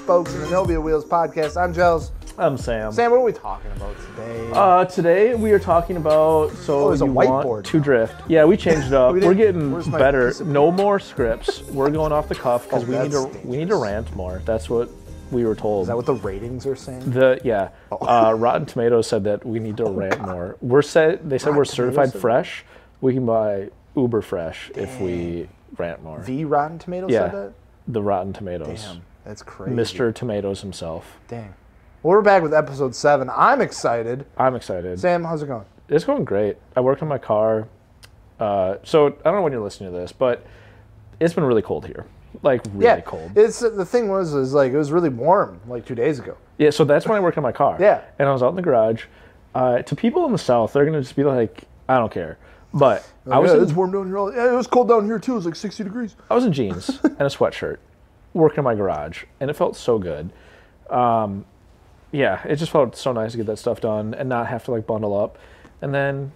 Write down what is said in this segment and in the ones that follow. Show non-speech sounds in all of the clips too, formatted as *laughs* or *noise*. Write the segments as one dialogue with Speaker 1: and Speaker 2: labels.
Speaker 1: Magnolia Wheels Podcast. I'm Gels.
Speaker 2: I'm Sam.
Speaker 1: Sam, what are we talking about today?
Speaker 2: Uh, today we are talking about so
Speaker 1: Oh, there's a
Speaker 2: you want
Speaker 1: whiteboard
Speaker 2: to
Speaker 1: now.
Speaker 2: drift. Yeah, we
Speaker 1: *laughs*
Speaker 2: changed it up.
Speaker 1: We
Speaker 2: we
Speaker 1: didn't-
Speaker 2: are getting
Speaker 1: where's my
Speaker 2: better.
Speaker 1: piece of
Speaker 2: No more scripts. We're going off
Speaker 1: *laughs*
Speaker 2: the cuff because
Speaker 1: Oh,
Speaker 2: we need to
Speaker 1: that's
Speaker 2: we need to
Speaker 1: dangerous.
Speaker 2: rant more. That's what we were told.
Speaker 1: Is that what Oh. the ratings are saying?
Speaker 2: the yeah, uh, Rotten Tomatoes said that we
Speaker 1: *laughs*
Speaker 2: need to
Speaker 1: Oh,
Speaker 2: rant more. We're said they said we're certified
Speaker 1: Tomatoes said-
Speaker 2: fresh. We can buy uber fresh if we rant more.
Speaker 1: The Rotten Tomatoes
Speaker 2: yeah,
Speaker 1: said
Speaker 2: the Rotten
Speaker 1: that?
Speaker 2: Tomatoes,
Speaker 1: Damn, that's crazy.
Speaker 2: Mr. Tomatoes himself.
Speaker 1: Dang. Well, we're back with episode seven. I'm excited.
Speaker 2: I'm excited.
Speaker 1: Sam, how's it going?
Speaker 2: It's going great. I worked on my car. Uh, so I don't know when you're listening to this, but it's been really cold here. Like really
Speaker 1: yeah,
Speaker 2: cold.
Speaker 1: It's uh, the thing was is like it was really warm like two days ago.
Speaker 2: yeah, so that's when I worked on my car.
Speaker 1: Yeah.
Speaker 2: And I was out in the garage. Uh, to people in the south, they're gonna just be like, I don't care. But I was
Speaker 1: Oh, yeah,
Speaker 2: in,
Speaker 1: it's warm down here. all- yeah, It was cold down here too. It was like 60 degrees.
Speaker 2: I was in jeans
Speaker 1: *laughs*
Speaker 2: and a sweatshirt, working in my garage, and it felt so good. Um, yeah, it just felt so nice to get that stuff done and not have to like bundle up. And then,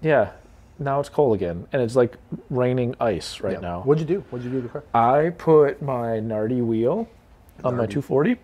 Speaker 2: yeah, now it's cold again, and it's like raining ice right now.
Speaker 1: What'd you do? What'd you do to the car?
Speaker 2: I put my Nardi wheel on my 240,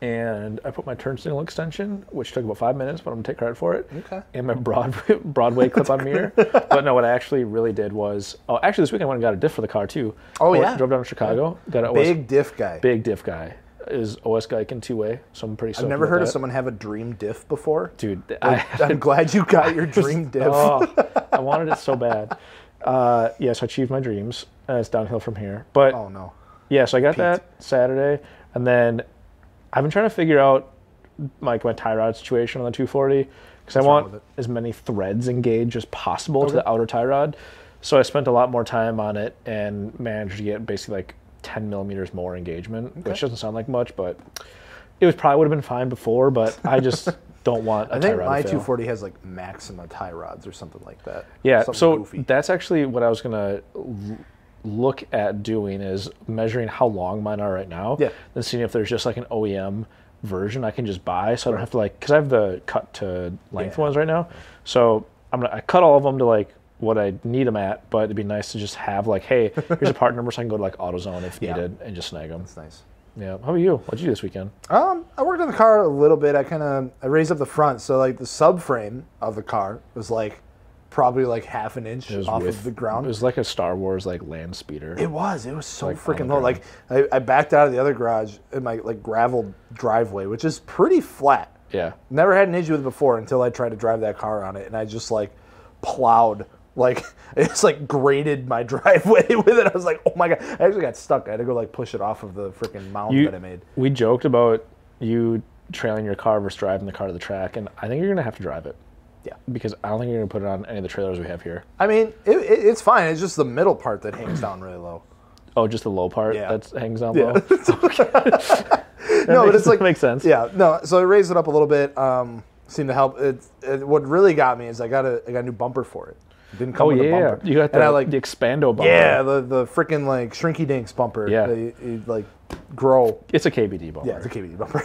Speaker 2: and I put my turn signal extension, which took about five minutes, but I'm gonna take credit for it.
Speaker 1: Okay.
Speaker 2: And my Broadway, *laughs* Broadway
Speaker 1: *laughs*
Speaker 2: clip-on mirror. But no, what I actually really did was, oh, actually this weekend I went and got a diff for the car too.
Speaker 1: Oh,
Speaker 2: Went-
Speaker 1: yeah.
Speaker 2: Drove down to Chicago, got an OS,
Speaker 1: Big diff guy.
Speaker 2: big diff guy. Is OS Geiken two-way, so I'm pretty.
Speaker 1: I've never heard of someone have a dream diff before.
Speaker 2: Dude, *laughs* I,
Speaker 1: I'm glad you got
Speaker 2: *laughs*
Speaker 1: your dream diff.
Speaker 2: oh, I wanted it so bad. Uh, yes, I achieved my dreams. Uh, it's downhill from here, but.
Speaker 1: oh no.
Speaker 2: Yeah, so I got that Saturday, and then I've been trying to figure out like my tie rod situation on the 240 because I
Speaker 1: with
Speaker 2: want
Speaker 1: it?
Speaker 2: as many threads engaged as possible to the outer tie rod. So I spent a lot more time on it and managed to get basically like 10 millimeters more engagement, which doesn't sound like much, but it was probably would have been fine before. But
Speaker 1: *laughs*
Speaker 2: I just don't want a
Speaker 1: I
Speaker 2: tie
Speaker 1: think
Speaker 2: rod.
Speaker 1: my
Speaker 2: to fail.
Speaker 1: 240 has like Maxima tie rods or something like that.
Speaker 2: Yeah,
Speaker 1: Something
Speaker 2: so
Speaker 1: goofy.
Speaker 2: that's actually what I was gonna l- look at doing is measuring how long mine are right now.
Speaker 1: Yeah.
Speaker 2: And seeing if there's just like an OEM version I can just buy, so I don't have to like because I have the cut to length
Speaker 1: Yeah.
Speaker 2: ones right now. So I'm gonna I cut all of them to like what I need them at, but it'd be nice to just have like, hey,
Speaker 1: *laughs*
Speaker 2: here's a part number, so I can go to like AutoZone if
Speaker 1: Yeah.
Speaker 2: needed and just snag them.
Speaker 1: That's nice.
Speaker 2: Yeah. How about you? What'd you do this weekend?
Speaker 1: Um, I worked on the car a little bit. I kind of I raised up the front, so like the subframe of the car was like probably like half an inch
Speaker 2: It was
Speaker 1: off
Speaker 2: with-
Speaker 1: of the ground.
Speaker 2: It was like a Star Wars like land speeder.
Speaker 1: It was. It was so
Speaker 2: Like, on the
Speaker 1: freaking low.
Speaker 2: ground.
Speaker 1: Like I, I backed out of the other garage in my like gravel driveway, which is pretty flat.
Speaker 2: yeah.
Speaker 1: Never had an issue with it before until I tried to drive that car on it, and I just like plowed. Like *laughs* it's like graded my *laughs* driveway with it. I was like, oh my god! I actually got stuck. I had to go like push it off of the freaking mound
Speaker 2: You-
Speaker 1: that I made.
Speaker 2: We joked about you trailing your car versus driving the car to the track, and I think you're gonna have to drive it.
Speaker 1: Yeah.
Speaker 2: Because I don't think you're gonna put it on any of the trailers we have here.
Speaker 1: I mean, it, it, it's fine. It's just the middle part that hangs down really low.
Speaker 2: Oh, just the low part
Speaker 1: Yeah.
Speaker 2: that hangs
Speaker 1: *laughs*
Speaker 2: down
Speaker 1: Yeah.
Speaker 2: low. *laughs*
Speaker 1: no,
Speaker 2: makes-
Speaker 1: but it's like
Speaker 2: makes sense.
Speaker 1: Yeah, no. So I raised it up a little bit. Um, seemed to help. It, it, what really got me is I got a I got a new bumper for it. It didn't come
Speaker 2: Oh
Speaker 1: with a
Speaker 2: yeah,
Speaker 1: bumper.
Speaker 2: you got
Speaker 1: and I
Speaker 2: the,
Speaker 1: like
Speaker 2: the expando bumper.
Speaker 1: yeah the the freaking like shrinky dinks bumper.
Speaker 2: Yeah.
Speaker 1: they, it, like grow.
Speaker 2: it's a KBD bumper.
Speaker 1: Yeah, it's a KBD bumper.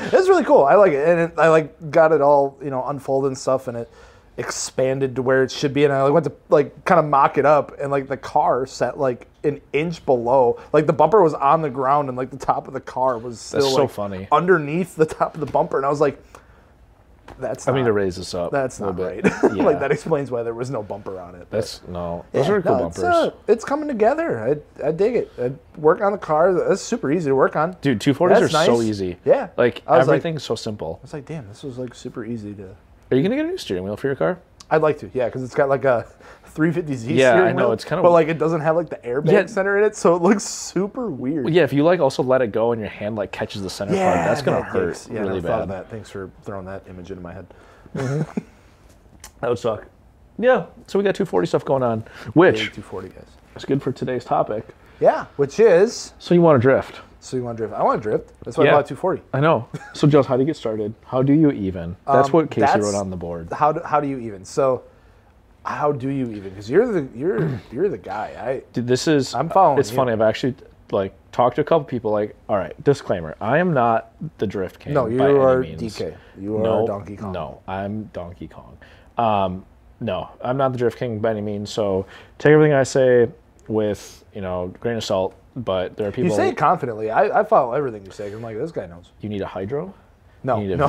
Speaker 1: *laughs* it's really cool. I like it, and it, I like got it all you know unfolded and stuff, and it expanded to where it should be. And I like, went to like kind of mock it up, and like the car sat like an inch below. Like the bumper was on the ground, and like the top of the car was still
Speaker 2: so
Speaker 1: like,
Speaker 2: funny.
Speaker 1: underneath the top of the bumper. And I was like, "That's
Speaker 2: I
Speaker 1: not,
Speaker 2: mean to raise this up.
Speaker 1: that's
Speaker 2: a little
Speaker 1: not right." *laughs*
Speaker 2: bit.
Speaker 1: like
Speaker 2: Yeah.
Speaker 1: that explains why there was no bumper on it.
Speaker 2: That's no.
Speaker 1: Yeah,
Speaker 2: Those are cool
Speaker 1: no, it's,
Speaker 2: bumpers,
Speaker 1: uh, it's coming together. I, I dig it. I work on the car. That's super easy to work on.
Speaker 2: dude. Two forties are
Speaker 1: That's
Speaker 2: so
Speaker 1: nice.
Speaker 2: easy.
Speaker 1: Yeah.
Speaker 2: Like
Speaker 1: I was like-
Speaker 2: everything's so simple.
Speaker 1: It's like, damn, this was like super easy to.
Speaker 2: Are you gonna get a new steering wheel for your car?
Speaker 1: I'd like to, yeah, because it's got like a 350Z.
Speaker 2: Yeah,
Speaker 1: steering
Speaker 2: I know,
Speaker 1: wheel,
Speaker 2: it's kinda-
Speaker 1: But like, it doesn't have like the airbag
Speaker 2: Yeah.
Speaker 1: center in it, so it looks super weird.
Speaker 2: Yeah. If you like, also let it go and your hand like catches the center part. That's gonna
Speaker 1: that
Speaker 2: hurt
Speaker 1: dicks. Yeah, I
Speaker 2: really
Speaker 1: never thought
Speaker 2: bad.
Speaker 1: of that. Thanks for throwing that image into my head.
Speaker 2: That would suck. Yeah, so we got 240 stuff going on, which
Speaker 1: 240 guys.
Speaker 2: is good for today's topic.
Speaker 1: Yeah, which is
Speaker 2: So you want to drift?
Speaker 1: so you want to drift? I want to drift. That's why
Speaker 2: Yeah.
Speaker 1: I bought 240.
Speaker 2: I know. So Josh, how do you get started? How do you even? That's
Speaker 1: Um,
Speaker 2: what Casey
Speaker 1: that's-
Speaker 2: wrote on the board.
Speaker 1: How do, how do you even? So, how do you even? Because you're the
Speaker 2: *clears throat*
Speaker 1: you're you're the guy. I
Speaker 2: Dude, this is
Speaker 1: I'm following
Speaker 2: It's
Speaker 1: you.
Speaker 2: funny. I've actually like talked to a couple people. Like, all right, disclaimer: I am not the drift king.
Speaker 1: no, you
Speaker 2: by any
Speaker 1: are
Speaker 2: means.
Speaker 1: DK. You are
Speaker 2: no,
Speaker 1: Donkey Kong.
Speaker 2: No, I'm Donkey Kong. Um, no, I'm not the Drift King by any means. So take everything I say with you know grain of salt, but there are people.
Speaker 1: You say it confidently. I, I follow everything you say. 'cause I'm like, this guy knows.
Speaker 2: you need a hydro.
Speaker 1: No,
Speaker 2: You need a
Speaker 1: no,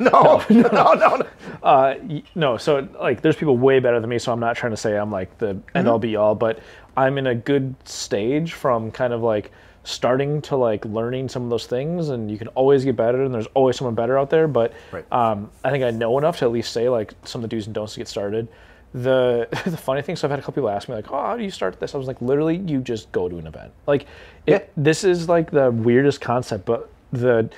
Speaker 1: *laughs*
Speaker 2: *laughs*
Speaker 1: no, no, no, no, no.
Speaker 2: Uh, y- no, so like there's people way better than me, so I'm not trying to say I'm like the
Speaker 1: Mm-hmm.
Speaker 2: end all be all, but I'm in a good stage from kind of like starting to like learning some of those things, and you can always get better, and there's always someone better out there. But
Speaker 1: Right.
Speaker 2: um, I think I know enough to at least say like some of the do's and don'ts to get started. The *laughs* the funny thing, so I've had a couple people ask me like, "Oh, how do you start this?" I was like, "Literally, you just go to an event." Like, it,
Speaker 1: Yeah.
Speaker 2: this is like the weirdest concept, but the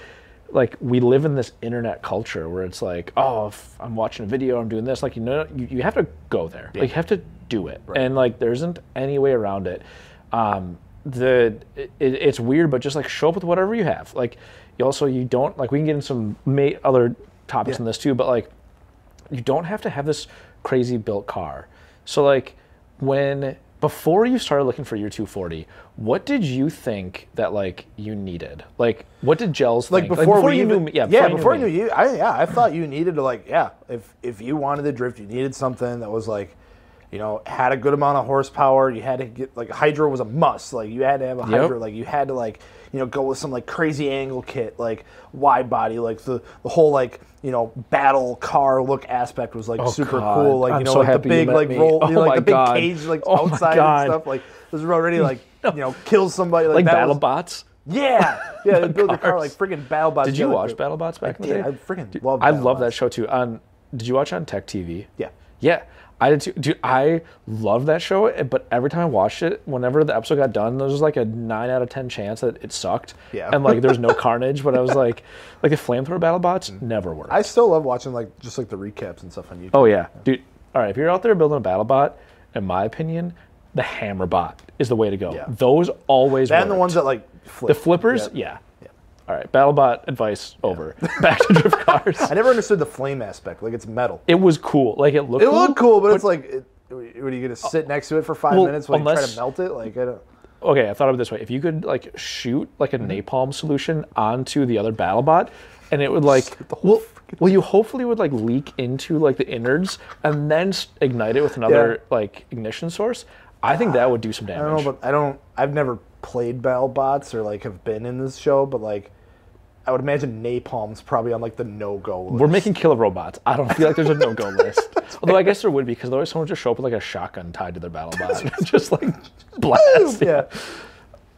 Speaker 2: like we live in this internet culture where it's like, oh, if I'm watching a video, I'm doing this. Like, you know, you, you have to go there. Like, you have to do it, and like, there isn't any way around it. Um, the it, it's weird, but just like show up with whatever you have. Like, you also you don't like we can get into some ma- other topics
Speaker 1: Yeah.
Speaker 2: in this too, but like you don't have to have this crazy built car. So like when before you started looking for your 240, what did you think that like you needed? Like what did gels
Speaker 1: Like
Speaker 2: think?
Speaker 1: before, we
Speaker 2: you
Speaker 1: even,
Speaker 2: knew me- yeah,
Speaker 1: yeah, before you
Speaker 2: me.
Speaker 1: knew you, I, yeah, I thought you needed to like, yeah, if if you wanted to drift, you needed something that was like, you know, had a good amount of horsepower. You had to get like hydro was a must. Like you had to have a
Speaker 2: Yep.
Speaker 1: hydro. Like you had to like, you know, go with some like crazy angle kit, like wide body, like the the whole like you know battle car look aspect was like super
Speaker 2: Oh, God.
Speaker 1: cool. Like
Speaker 2: I'm
Speaker 1: you know,
Speaker 2: so
Speaker 1: like the
Speaker 2: happy you
Speaker 1: big
Speaker 2: met
Speaker 1: like
Speaker 2: me.
Speaker 1: roll, you know,
Speaker 2: Oh
Speaker 1: like
Speaker 2: my
Speaker 1: the big
Speaker 2: God.
Speaker 1: cage like
Speaker 2: Oh my
Speaker 1: outside
Speaker 2: God.
Speaker 1: and stuff. Like this is already
Speaker 2: *laughs*
Speaker 1: like you know kill somebody like,
Speaker 2: like
Speaker 1: that was-
Speaker 2: BattleBots?
Speaker 1: yeah,
Speaker 2: *laughs*
Speaker 1: yeah, they build your car like
Speaker 2: cars.
Speaker 1: freaking BattleBots.
Speaker 2: Did you watch BattleBots back in the
Speaker 1: did.
Speaker 2: day?
Speaker 1: I freaking love
Speaker 2: I love that
Speaker 1: BattleBots.
Speaker 2: show too. On did you watch on Tech TV?
Speaker 1: Yeah.
Speaker 2: Yeah, I did too. Dude, I loved that show, eh, but every time I watched it, whenever the episode got done, there was like a nine out of ten chance that it sucked.
Speaker 1: Yeah.
Speaker 2: And like
Speaker 1: *laughs*
Speaker 2: there was no carnage, but I was like, like the flamethrower battle bots never worked.
Speaker 1: Mm. I still love watching like just like the recaps and stuff on YouTube.
Speaker 2: oh yeah, dude. All right, if you're out there building a battle bot, in my opinion, the hammer bot is the way to go.
Speaker 1: Yeah.
Speaker 2: Those always.
Speaker 1: and the
Speaker 2: worked.
Speaker 1: ones that like flip.
Speaker 2: The flippers,
Speaker 1: Yeah.
Speaker 2: yeah. All right, battle bot advice
Speaker 1: *laughs*
Speaker 2: over. Back to drift cars.
Speaker 1: I never understood the flame aspect. Like it's metal.
Speaker 2: It was cool. Like it looked.
Speaker 1: It looked cool, but, Oh. it's like, it, what are you gonna sit next to it for five
Speaker 2: well,
Speaker 1: minutes while you try
Speaker 2: unless-
Speaker 1: to melt it? Like I don't.
Speaker 2: okay, I thought of it this way: if you could like shoot like a
Speaker 1: Mm-hmm.
Speaker 2: napalm solution onto the other BattleBot, and it would like well, well, you hopefully would like leak into like the innards and then s- ignite it with another like ignition source. I think that would do some
Speaker 1: I
Speaker 2: damage.
Speaker 1: don't know, but I don't. I've never played BattleBots or like have been in this show, but like. I would imagine napalm's probably on like the no go list.
Speaker 2: We're making killer robots. I don't feel like there's a
Speaker 1: *laughs*
Speaker 2: no go list. Although I guess there would be because otherwise someone would just show up with like a shotgun tied to their BattleBot, *laughs* just like
Speaker 1: *laughs*
Speaker 2: blast.
Speaker 1: yeah.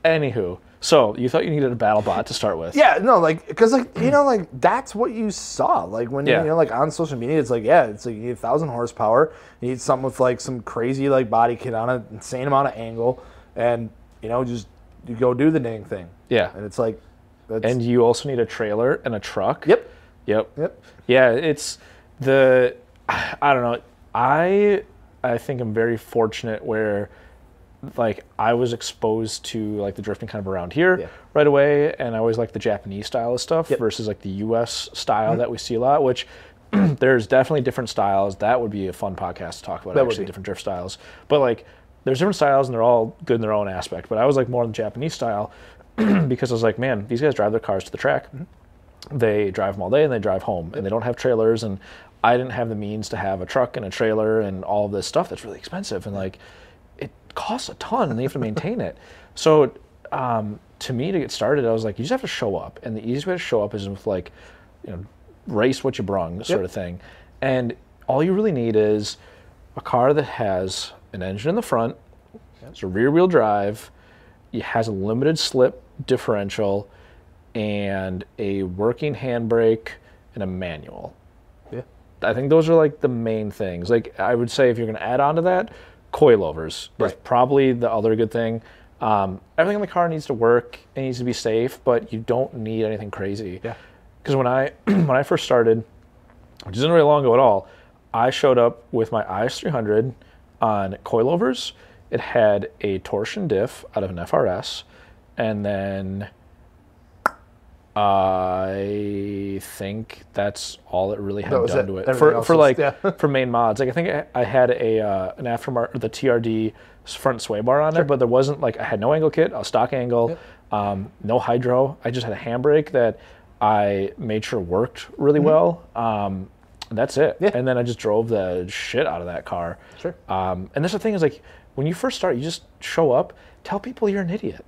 Speaker 2: Anywho, so you thought you needed a BattleBot to start with?
Speaker 1: Yeah, no, like, because, like, you know, like, that's what you saw. Like, when,
Speaker 2: Mm. Yeah.
Speaker 1: you know, like, on social media, it's like, yeah, it's like you need 1,000 horsepower. You need something with, like, some crazy, like, body kit on an insane amount of angle. And, you know, just you go do the dang thing.
Speaker 2: Yeah.
Speaker 1: And it's like, that's,
Speaker 2: and you also need a trailer and a truck.
Speaker 1: yep,
Speaker 2: Yep.
Speaker 1: yep.
Speaker 2: Yeah, it's the *sighs* I don't know. I I think I'm very fortunate where like I was exposed to like the drifting kind of around here
Speaker 1: Yeah.
Speaker 2: right away and I always like the Japanese style of stuff
Speaker 1: Yep. Mm-hmm.
Speaker 2: versus like the US style that we see a lot, which *clears throat* there's definitely different styles. That would be a fun podcast to talk about
Speaker 1: That would
Speaker 2: actually
Speaker 1: be.
Speaker 2: different drift styles. But like there's different styles and they're all good in their own aspect. But I was like more on the Japanese style *clears throat* because I was like, man, these guys drive their cars to the track
Speaker 1: Mm-hmm.
Speaker 2: they drive them all day and they drive home and they don't have trailers and i didn't have the means to have a truck and a trailer and all of this stuff that's really expensive and like it costs a ton and they have to maintain it *laughs* so um, to me to get started i was like you just have to show up and the easiest way to show up is with like you know race what you brung sort
Speaker 1: Yep.
Speaker 2: of thing and all you really need is a car that has an engine in the front it's a rear wheel drive it has a limited slip differential and a working handbrake and a manual.
Speaker 1: Yeah.
Speaker 2: I think those are like the main things. Like I would say, if you're going to add on to that, coilovers is
Speaker 1: Right.
Speaker 2: probably the other good thing. Um, everything in the car needs to work. It needs to be safe, but you don't need anything crazy.
Speaker 1: Yeah.
Speaker 2: Because when I *clears throat* when I first started, which isn't really long ago at all, I showed up with my IS300 on coilovers. It had a torsion diff out of an FRS, and then I think that's all it really had
Speaker 1: That was
Speaker 2: done
Speaker 1: it.
Speaker 2: to it
Speaker 1: Everything
Speaker 2: for
Speaker 1: else
Speaker 2: for
Speaker 1: is-
Speaker 2: like
Speaker 1: yeah.
Speaker 2: for main mods. Like I think I, I had a uh, an aftermarket the TRD front sway bar on it, but there wasn't like I had no angle kit, a stock angle, um, no hydro. I just had a handbrake that I made sure worked really well. Um, that's it.
Speaker 1: Mm-hmm. Yeah.
Speaker 2: And then I just drove the shit out of that car.
Speaker 1: Sure.
Speaker 2: Um, and that's the thing is like when you first start, you just show up, tell people you're
Speaker 1: *laughs*
Speaker 2: an idiot.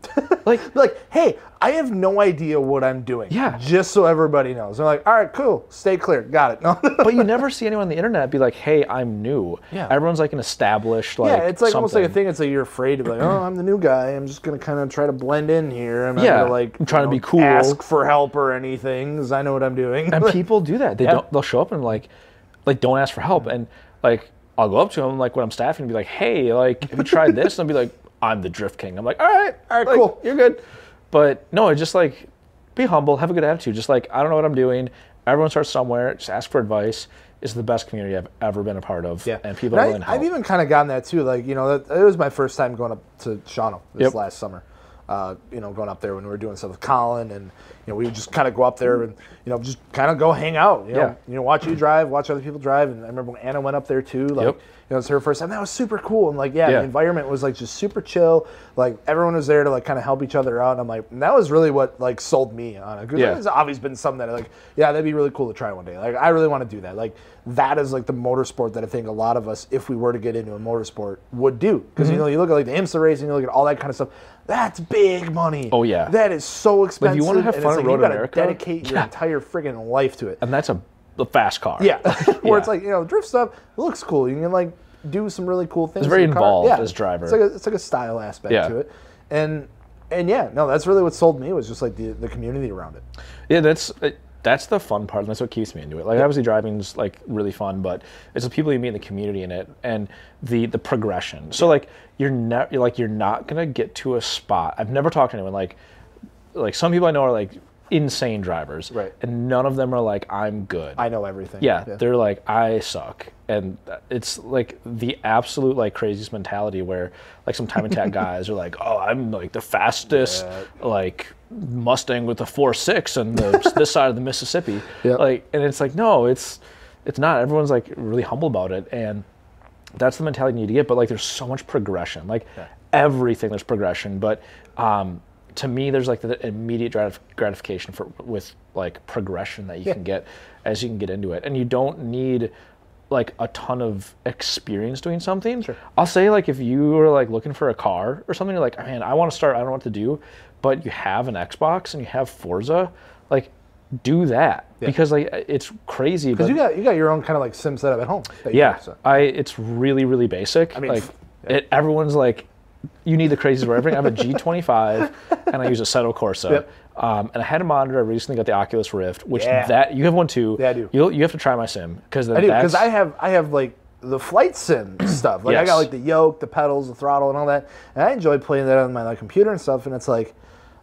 Speaker 2: Like,
Speaker 1: Like, hey, I have no idea what I'm doing.
Speaker 2: Yeah.
Speaker 1: Just so everybody knows. I'm like, all right, cool. Stay clear. Got it. *laughs* No.
Speaker 2: but you never see anyone on the internet be like, "Hey, I'm new."
Speaker 1: Yeah.
Speaker 2: Everyone's like an established like.
Speaker 1: yeah, it's like almost like a
Speaker 2: something.
Speaker 1: thing. It's like you're afraid of like, oh, I'm the new guy. I'm just gonna kind of try to blend in here. I'm not
Speaker 2: Yeah,
Speaker 1: gonna like
Speaker 2: I'm trying
Speaker 1: you
Speaker 2: to be cool.
Speaker 1: ask for help or anything. 'cause I know what I'm doing.
Speaker 2: and people do that. They don't. They'll show up and like, like don't ask for help.
Speaker 1: Mm-hmm.
Speaker 2: And like, I'll go up to them like when I'm staffing and be like, "Hey, like, have you tried this?" And they'll be like, "I'm the Drift King." I'm like, "All right, all
Speaker 1: *laughs*
Speaker 2: right,
Speaker 1: Like,
Speaker 2: cool, you're good." But no, it's just like, be humble, have a good attitude. Just like, I don't know what I'm doing. Everyone starts somewhere. Just ask for advice. It's the best community I've ever been a part of.
Speaker 1: Yeah,
Speaker 2: and people are willing
Speaker 1: I,
Speaker 2: to help.
Speaker 1: I've even kind of gotten that too. Like you know, that, it was my first time going up to Shawano this
Speaker 2: Yep.
Speaker 1: last summer. Uh, you know, going up there when we were doing stuff with Colin, and you know, we would just kind of go up there and you know, just kind of go hang out. You know,
Speaker 2: Yeah.
Speaker 1: you know, watch you drive, watch other people drive. And I remember when Anna went up there too. Like,
Speaker 2: Yep.
Speaker 1: you know, it's her first time. That was super cool. And like, yeah,
Speaker 2: Yeah.
Speaker 1: the environment was like just super chill. Like everyone was there to like kind of help each other out. And I'm like, and that was really what like sold me on it. 'Cause
Speaker 2: Yeah.
Speaker 1: there's always been some that are like, yeah, that'd be really cool to try one day. Like, I really want to do that. Like, that is like the motorsport that I think a lot of us, if we were to get into a motorsport, would do. Because
Speaker 2: Mm-hmm.
Speaker 1: you know, you look at like the IMSA race and you look at all that kind of stuff. That's big money.
Speaker 2: Oh, yeah.
Speaker 1: that is so expensive.
Speaker 2: you wanna have
Speaker 1: and
Speaker 2: fun
Speaker 1: it's
Speaker 2: at
Speaker 1: like,
Speaker 2: Road
Speaker 1: you gotta
Speaker 2: America?
Speaker 1: dedicate your
Speaker 2: Yeah.
Speaker 1: entire friggin' life to it.
Speaker 2: and that's a, a fast car.
Speaker 1: *laughs* Yeah, where it's
Speaker 2: *laughs* Yeah.
Speaker 1: like you know, drift stuff looks cool. You can like do some really cool things. It's
Speaker 2: very involved as a driver.
Speaker 1: It's like a, it's like a style aspect
Speaker 2: Yeah.
Speaker 1: to it, and and yeah, no, that's really what sold me was just like the, the community around it.
Speaker 2: Yeah, that's uh, that's the fun part, and that's what keeps me into it. Like obviously driving's like really fun, but it's the people you meet in the community in it, and the the progression. So like you're not you're like you're not gonna get to a spot. I've never talked to anyone like like some people I know are like insane drivers,
Speaker 1: Right.
Speaker 2: And none of them are like I'm good.
Speaker 1: I know everything.
Speaker 2: Yeah, they're like I suck, and it's like the absolute like craziest mentality where like some
Speaker 1: *laughs*
Speaker 2: time attack guys are like, oh, I'm like the fastest like Mustang with the four six and
Speaker 1: *laughs*
Speaker 2: the, this side of the Mississippi.
Speaker 1: Yeah.
Speaker 2: Like, and it's like no, it's it's not. Everyone's like really humble about it, and that's the mentality you need to get. But like, there's so much progression. Like everything, there's progression. But um, to me, there's like the immediate gratif- gratification for with like progression that you can get as you can get into it, and you don't need like a ton of experience doing something. I'll say like if you are like looking for a car or something, you're like, man, I want to start. I don't know what to do, but you have an Xbox and you have Forza, like. Do that because like it's crazy. But
Speaker 1: because you got you got your own kind of like sim setup at home. that you
Speaker 2: yeah,
Speaker 1: use, so.
Speaker 2: I it's really really basic. I
Speaker 1: mean,
Speaker 2: mean, like
Speaker 1: f-
Speaker 2: it, everyone's like, you need the craziest of everything. I have
Speaker 1: *laughs*
Speaker 2: a G25, and I use a Seto Corsa.
Speaker 1: Yep.
Speaker 2: Um, and I had a monitor. I recently got the Oculus Rift, which
Speaker 1: Yeah.
Speaker 2: that you have one too.
Speaker 1: Yeah, I do.
Speaker 2: You you have to try my sim because
Speaker 1: I do because I have I have like the flight
Speaker 2: *clears throat*
Speaker 1: sim stuff. Like I got
Speaker 2: Yes.
Speaker 1: like the yoke, the pedals, the throttle, and all that. And I enjoy playing that on my like, computer and stuff. And it's like,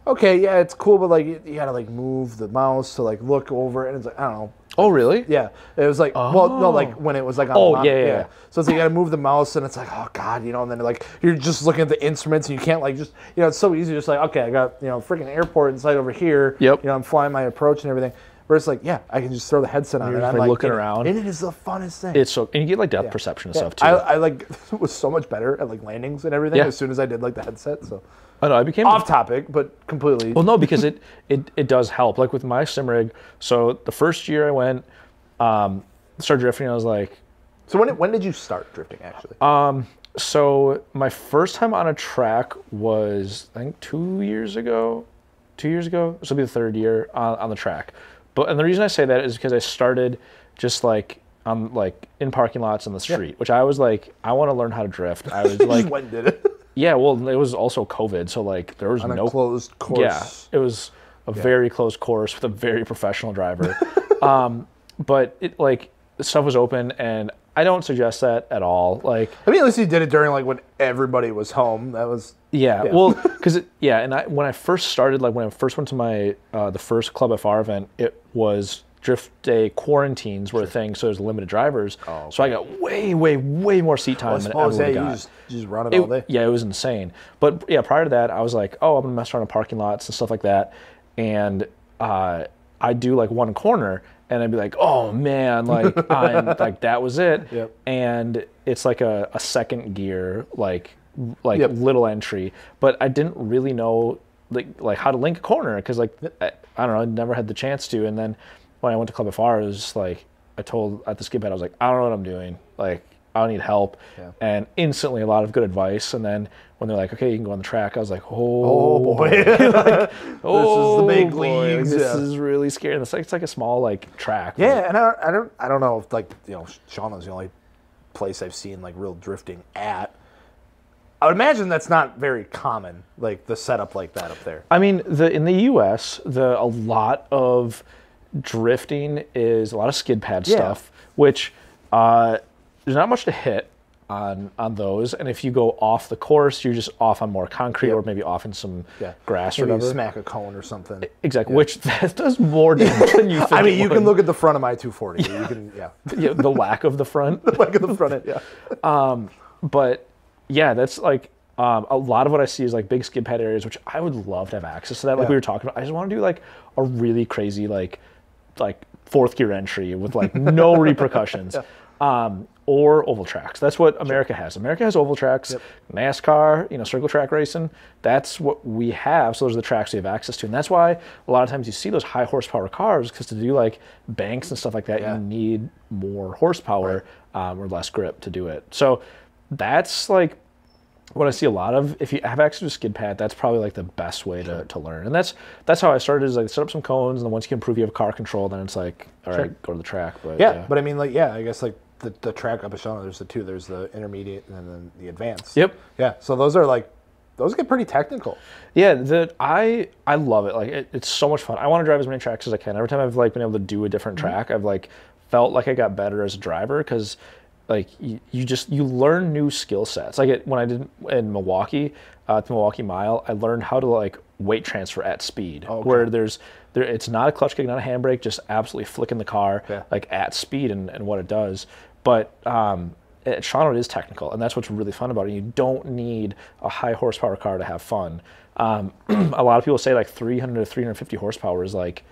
Speaker 1: okay, yeah, it's cool, but like you, you gotta like move the mouse to like look over, and it's like I don't know.
Speaker 2: oh really?
Speaker 1: Yeah, it was like well, no, like when it was like on
Speaker 2: Oh,
Speaker 1: the monitor,
Speaker 2: yeah, yeah, yeah.
Speaker 1: So it's like you gotta move the mouse, and it's like oh god, you know, and then like you're just looking at the instruments, and you can't like just you know it's so easy, just like okay, I got you know freaking airport inside over here.
Speaker 2: Yep.
Speaker 1: You know, I'm flying my approach and everything. Where it's like yeah, I can just throw the headset on,
Speaker 2: You're
Speaker 1: and
Speaker 2: just,
Speaker 1: I'm like
Speaker 2: like, looking
Speaker 1: in it.
Speaker 2: around.
Speaker 1: and it is the funnest thing.
Speaker 2: It's so and you get like depth perception and
Speaker 1: Yeah,
Speaker 2: stuff too. I,
Speaker 1: I, I like *laughs* was so much better at like landings and everything
Speaker 2: Yeah.
Speaker 1: as soon as I did like the headset. So
Speaker 2: know. Oh, I became
Speaker 1: off topic, but completely.
Speaker 2: Well, no, because it, it it does help. Like with my sim rig. So the first year I went, um, started drifting. I was like,
Speaker 1: so when when did you start drifting actually?
Speaker 2: Um, so my first time on a track was I think two years ago, two years ago. This will be the third year on, on the track. But and the reason I say that is because I started just like on like in parking lots on the street, which I was like, I want to learn how to drift.
Speaker 1: *laughs*
Speaker 2: I was
Speaker 1: like
Speaker 2: like,
Speaker 1: when did it?
Speaker 2: yeah, well, it was also COVID, so like there was
Speaker 1: On
Speaker 2: no
Speaker 1: a closed course.
Speaker 2: yeah, it was a very close course with a very professional driver. *laughs* um, but it like stuff was open, and I don't suggest that at all. Like
Speaker 1: I mean, at least you did it during like when everybody was home. That was
Speaker 2: Yeah, well, because yeah, and I when I first started, like when I first went to my uh, the first Club FR event, it was drift day quarantines were a thing, so there's limited drivers. Oh, so I got way, way, way more seat time
Speaker 1: I
Speaker 2: than
Speaker 1: suppose
Speaker 2: everyone
Speaker 1: yeah, you
Speaker 2: got.
Speaker 1: just you just run it, all
Speaker 2: It-
Speaker 1: day.
Speaker 2: yeah, it was insane. But yeah, prior to that, I was like, oh, I'm gonna mess around in parking lots and stuff like that, and uh, I do like one corner, and I'd be like, oh man, like I'm like that was it,
Speaker 1: Yep.
Speaker 2: and it's like a, a second gear like like
Speaker 1: Yep.
Speaker 2: little entry, but I didn't really know like like how to link a corner because like I, I don't know, I never had the chance to, and then when I went to Club FR, it was just like I told at the skip head, I was like, I don't know what I'm doing, like I need help.
Speaker 1: Yeah.
Speaker 2: And instantly, a lot of good advice. And then when they're like, okay, you can go on the track, I was like, *laughs* oh,
Speaker 1: Oh boy.
Speaker 2: oh,
Speaker 1: big
Speaker 2: boy,
Speaker 1: leagues,
Speaker 2: This
Speaker 1: yeah.
Speaker 2: is really scary. And it's like, it's like a small like
Speaker 1: *laughs*
Speaker 2: track. right?
Speaker 1: Yeah, and I, I don't I don't know if like you know Shauna's the only place I've seen like real drifting at. I would imagine that's not very common, like the setup like that up there.
Speaker 2: I mean, the in the U.S., the a lot of drifting is a lot of skid pad
Speaker 1: Yeah.
Speaker 2: stuff, which uh, there's not much to hit on on those. And if you go off the course, you're just off on more concrete or maybe off in some
Speaker 1: Yeah,
Speaker 2: grass
Speaker 1: Maybe you
Speaker 2: or whatever.
Speaker 1: smack a cone or something.
Speaker 2: Exactly, which *laughs* that does more damage than you
Speaker 1: *laughs*
Speaker 2: think.
Speaker 1: I
Speaker 2: it
Speaker 1: mean, you can
Speaker 2: would.
Speaker 1: look at the front of my 240. You can, yeah,
Speaker 2: Yeah, the lack of the front.
Speaker 1: look at *laughs* the front end. Yeah,
Speaker 2: but yeah, that's like um, a lot of what I see is like big skid pad areas, which I would love to have access to that. Like we
Speaker 1: Yeah.
Speaker 2: were talking about, I just want to do like a really crazy like like fourth gear entry with
Speaker 1: *laughs*
Speaker 2: like no repercussions. Um, or oval tracks. That's what America has. America has oval tracks, NASCAR, you know, circle track racing. That's what we have. So those are the tracks we have access to, and that's why a lot of times you see those high horsepower cars because to do like banks and stuff like that,
Speaker 1: Yeah.
Speaker 2: you need more horsepower um, or less grip to do it. So that's like what I see a lot of. If you have access to a skid pad, that's probably like the best way to, to learn. And that's that's how I started is like set up some cones, and then once you can prove you have car control, then it's like all right, go to the track. But
Speaker 1: yeah, But I mean, like, yeah, I guess like the, the track up at Shauna, there's the two. There's the intermediate and then the advanced.
Speaker 2: Yep.
Speaker 1: Yeah. So those are like, those get pretty technical.
Speaker 2: Yeah, the I I love it. Like it, it's so much fun. I want to drive as many tracks as I can. Every time I've like been able to do a different
Speaker 1: Mm-hmm.
Speaker 2: track, I've like felt like I got better as a driver because like you, you just you learn new skill sets. Like it, when I did in Milwaukee, uh, at the Milwaukee Mile, I learned how to like weight transfer at speed,
Speaker 1: okay.
Speaker 2: where there's there it's not a clutch kick, not a handbrake, just absolutely flicking the car
Speaker 1: Yeah.
Speaker 2: like at speed and, and what it does. But um, at Toronto, it is technical, and that's what's really fun about it. You don't need a high horsepower car to have fun. Um, *clears throat* a lot of people say like 300 to 350 horsepower is like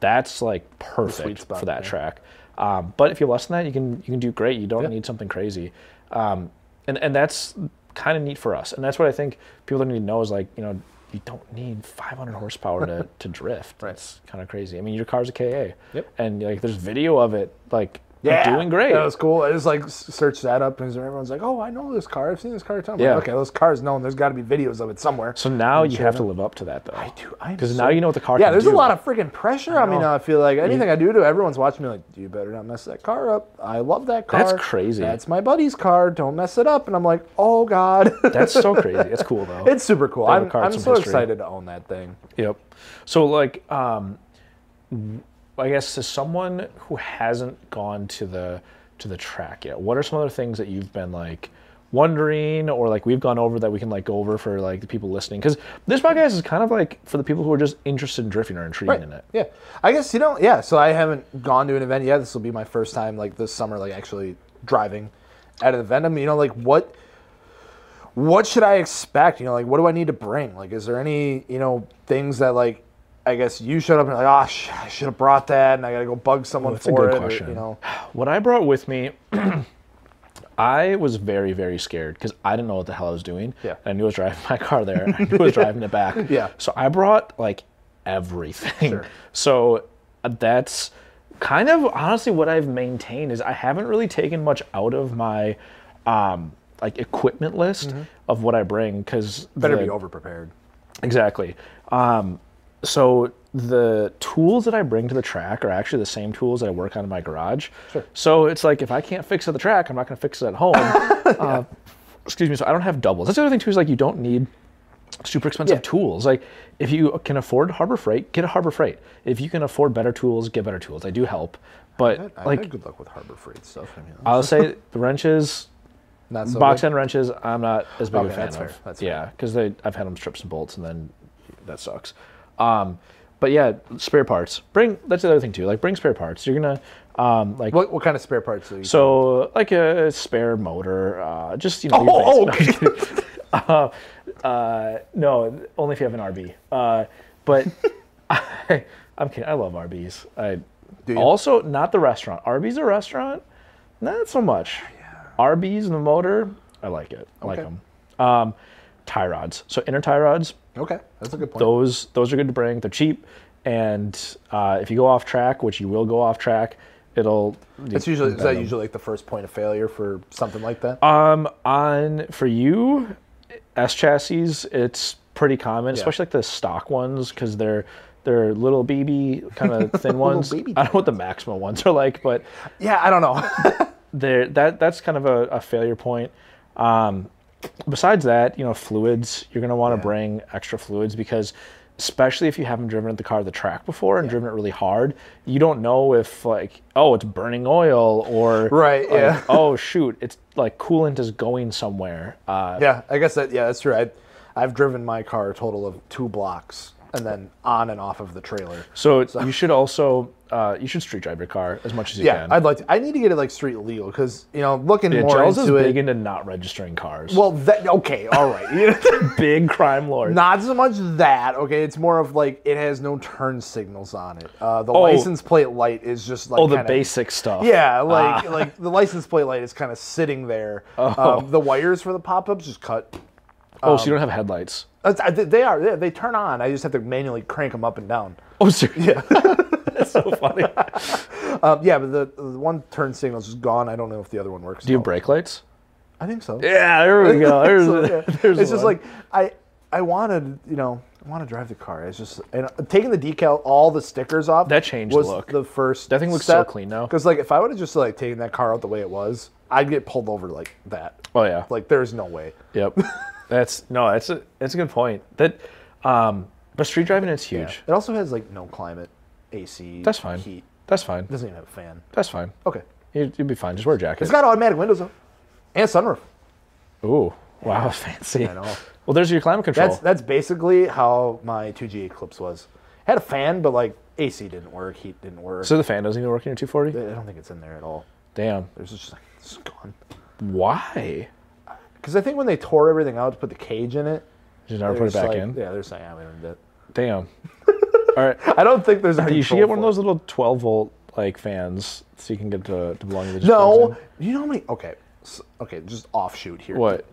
Speaker 2: that's like perfect
Speaker 1: spot,
Speaker 2: for that
Speaker 1: yeah.
Speaker 2: track. Um, but if you're less than that, you can you can do great. You don't need something crazy, um, and and that's kind of neat for us. And that's what I think people don't need to know is like you know you don't need 500 horsepower
Speaker 1: *laughs*
Speaker 2: to, to drift.
Speaker 1: Right.
Speaker 2: It's kind of crazy. I mean, your car's a KA.
Speaker 1: Yep.
Speaker 2: And like, there's video of it. Like, I'm doing great.
Speaker 1: That was cool. I just like s- searched that up, and everyone's like, "Oh, I know this car. I've seen this car." a ton." I'm like,
Speaker 2: Yeah.
Speaker 1: okay, those cars known. There's got to be videos of it somewhere.
Speaker 2: so now you
Speaker 1: sure
Speaker 2: have to live up to that though. I
Speaker 1: Dude, I'm so-
Speaker 2: Because now you know what the car.
Speaker 1: Yeah,
Speaker 2: can
Speaker 1: there's a
Speaker 2: do.
Speaker 1: lot of freaking pressure on me
Speaker 2: know.
Speaker 1: now. I feel like anything I do to everyone's watching me like, you better not mess that car up. I love that car.
Speaker 2: That's crazy.
Speaker 1: That's my buddy's car. Don't mess it up. And I'm like, oh god, *laughs*
Speaker 2: That's *laughs* so crazy. It's cool though.
Speaker 1: it's super cool.
Speaker 2: They have a
Speaker 1: I'm,
Speaker 2: car with
Speaker 1: I'm
Speaker 2: some
Speaker 1: so
Speaker 2: history.
Speaker 1: excited to own that thing.
Speaker 2: Yep. So like, um, I guess to someone who hasn't gone to the to the track yet, what are some other things that you've been like wondering or like we've gone over that we can like go over for like the people listening? Because this podcast is kind of like for the people who are just interested in drifting or intrigued in it.
Speaker 1: Yeah, I guess you know. Yeah, so I haven't gone to an event yet. This will be my first time like this summer, like actually driving at an event. I mean, you know, like what what should I expect? You know, like what do I need to bring? Like, is there any you know things that like I guess you showed up and you're like, oh, sh- I should have brought that, and I got to go bug someone
Speaker 2: That's a
Speaker 1: for
Speaker 2: good
Speaker 1: it. or,
Speaker 2: question.
Speaker 1: you know,
Speaker 2: *sighs* What I brought with me, *clears throat* I was very, very scared because I didn't know what the hell I was doing.
Speaker 1: Yeah.
Speaker 2: I knew I was driving my car there. I knew I was driving it
Speaker 1: *laughs*
Speaker 2: back.
Speaker 1: Yeah.
Speaker 2: So I brought like everything.
Speaker 1: Sure.
Speaker 2: *laughs* So uh, that's kind of honestly what I've maintained is I haven't really taken much out of my um, like equipment list of what I bring because
Speaker 1: Mm-hmm. better be over prepared.
Speaker 2: Exactly. Um, so the tools that I bring to the track are actually the same tools that I work on in my garage. Sure. So it's like if I can't fix it at the track, I'm not going to fix it at home. uh, excuse me. So I don't have doubles. That's the other thing too. Is like you don't need super expensive
Speaker 1: Yeah.
Speaker 2: tools. Like if you can afford Harbor Freight, get a Harbor Freight. If you can afford better tools, get better tools. I do help, but
Speaker 1: I
Speaker 2: like uh,
Speaker 1: had good luck with Harbor Freight stuff. I mean,
Speaker 2: I'll say the wrenches
Speaker 1: not so
Speaker 2: box
Speaker 1: good.
Speaker 2: end wrenches i'm not as big of a
Speaker 1: Okay,
Speaker 2: fan
Speaker 1: that's
Speaker 2: of
Speaker 1: fair, that's fair.
Speaker 2: yeah because they i've had them strips and bolts and then that sucks um but yeah spare parts bring that's the other thing too like bring spare parts you're gonna um like
Speaker 1: What, what kind of spare parts? Are you
Speaker 2: so like a spare motor uh just you know your
Speaker 1: Oh,
Speaker 2: *laughs* base-
Speaker 1: okay.
Speaker 2: *laughs* uh, no, only if you have an RB. Uh,
Speaker 1: *laughs*
Speaker 2: but I, I'm kidding. I love RBs. I
Speaker 1: Do you?
Speaker 2: also not the restaurant. RBs a restaurant, not so much. RBs and the motor, I like it. I like
Speaker 1: Oh, Okay.
Speaker 2: them. Um, tie rods. So inner tie rods,
Speaker 1: okay, that's a good point.
Speaker 2: those those are good to bring. They're cheap, and uh, if you go off track, which you will go off track, It'll.
Speaker 1: It's usually is that usually like the first point of failure for something like that?
Speaker 2: Um, on for you, S chassis, it's pretty common, especially like the stock ones, because they're they're little BB kind of thin ones.
Speaker 1: baby
Speaker 2: I don't know what the Maxima ones are like, but
Speaker 1: yeah, I don't
Speaker 2: *laughs*
Speaker 1: know.
Speaker 2: there that that's kind of a, a failure point. Um, besides that, you know, fluids you're going to want to
Speaker 1: Yeah.
Speaker 2: bring extra fluids because especially if you haven't driven the car the track before and driven it really hard, you don't know if like oh it's burning oil or
Speaker 1: Right,
Speaker 2: like,
Speaker 1: yeah.
Speaker 2: oh shoot it's like coolant is going somewhere. Uh,
Speaker 1: yeah, I guess that yeah, that's true. I, I've driven my car a total of two blocks and then on and off of the trailer.
Speaker 2: so, you should also uh, you should street drive your car as much as you
Speaker 1: Yeah,
Speaker 2: can.
Speaker 1: I'd like to. I need to get it like street legal because you know looking
Speaker 2: Yeah,
Speaker 1: more
Speaker 2: Giles is
Speaker 1: into
Speaker 2: big
Speaker 1: it.
Speaker 2: into not registering cars.
Speaker 1: Well, that okay, all right. *laughs*
Speaker 2: *laughs* big crime lord.
Speaker 1: Not so much that okay. It's more of like it has no turn signals on it. Uh, the license plate light is just like
Speaker 2: All Oh. the
Speaker 1: kinda-
Speaker 2: basic stuff.
Speaker 1: Yeah, like like the license plate light is kind of sitting there.
Speaker 2: *laughs* Oh.
Speaker 1: Um, the wires for the pop ups just cut.
Speaker 2: Oh,
Speaker 1: Um,
Speaker 2: so you don't have headlights.
Speaker 1: That's- I- They are they- they turn on. I just have to manually crank them up and down.
Speaker 2: Oh, seriously? Yeah. That's so funny. Do
Speaker 1: Um, yeah, but the, the one turn signal's just gone. I don't know if the other one works.
Speaker 2: you
Speaker 1: now.
Speaker 2: have brake lights?
Speaker 1: I think so.
Speaker 2: Yeah, there we go.
Speaker 1: *laughs*
Speaker 2: There's,
Speaker 1: So, yeah.
Speaker 2: *laughs* there's
Speaker 1: it's just
Speaker 2: one.
Speaker 1: like I I wanted you know I want to drive the car. It's just and uh, taking the decal, all the stickers off.
Speaker 2: That changed the
Speaker 1: was
Speaker 2: look.
Speaker 1: The first
Speaker 2: That thing looks so clean now.
Speaker 1: Because like if I would have just like taken that car out the way it was, I'd get pulled over like that.
Speaker 2: Oh, yeah.
Speaker 1: Like there's no way. *laughs*
Speaker 2: Yep. That's, no, that's a, that's a good point. That, um, but street driving is huge.
Speaker 1: It also has like no climate, AC.
Speaker 2: That's fine.
Speaker 1: Heat.
Speaker 2: That's fine.
Speaker 1: It doesn't even have a fan.
Speaker 2: That's fine.
Speaker 1: Okay.
Speaker 2: You, you'll be fine. Just wear a jacket.
Speaker 1: It's got automatic windows though, and sunroof.
Speaker 2: Ooh. Wow, fancy.
Speaker 1: I know.
Speaker 2: Well, there's your climate control.
Speaker 1: That's that's basically how my 2G Eclipse was. Had a fan, but like AC didn't work, heat didn't work.
Speaker 2: so the fan doesn't even work in your 240?
Speaker 1: I don't think it's in there at all.
Speaker 2: Damn.
Speaker 1: There's just like it's gone.
Speaker 2: Why?
Speaker 1: Because I think when they tore everything out to put the cage in it,
Speaker 2: Just never
Speaker 1: they're
Speaker 2: put it
Speaker 1: just
Speaker 2: back
Speaker 1: like-
Speaker 2: in?
Speaker 1: Yeah, they're saying yeah, we don't need it. *laughs*
Speaker 2: Damn. All right.
Speaker 1: I don't think there's. A
Speaker 2: You
Speaker 1: control
Speaker 2: should get one of
Speaker 1: for it.
Speaker 2: those little 12 volt like fans so you can get to, to belong to the
Speaker 1: No, you know how many? Okay, s okay, just offshoot here.
Speaker 2: What?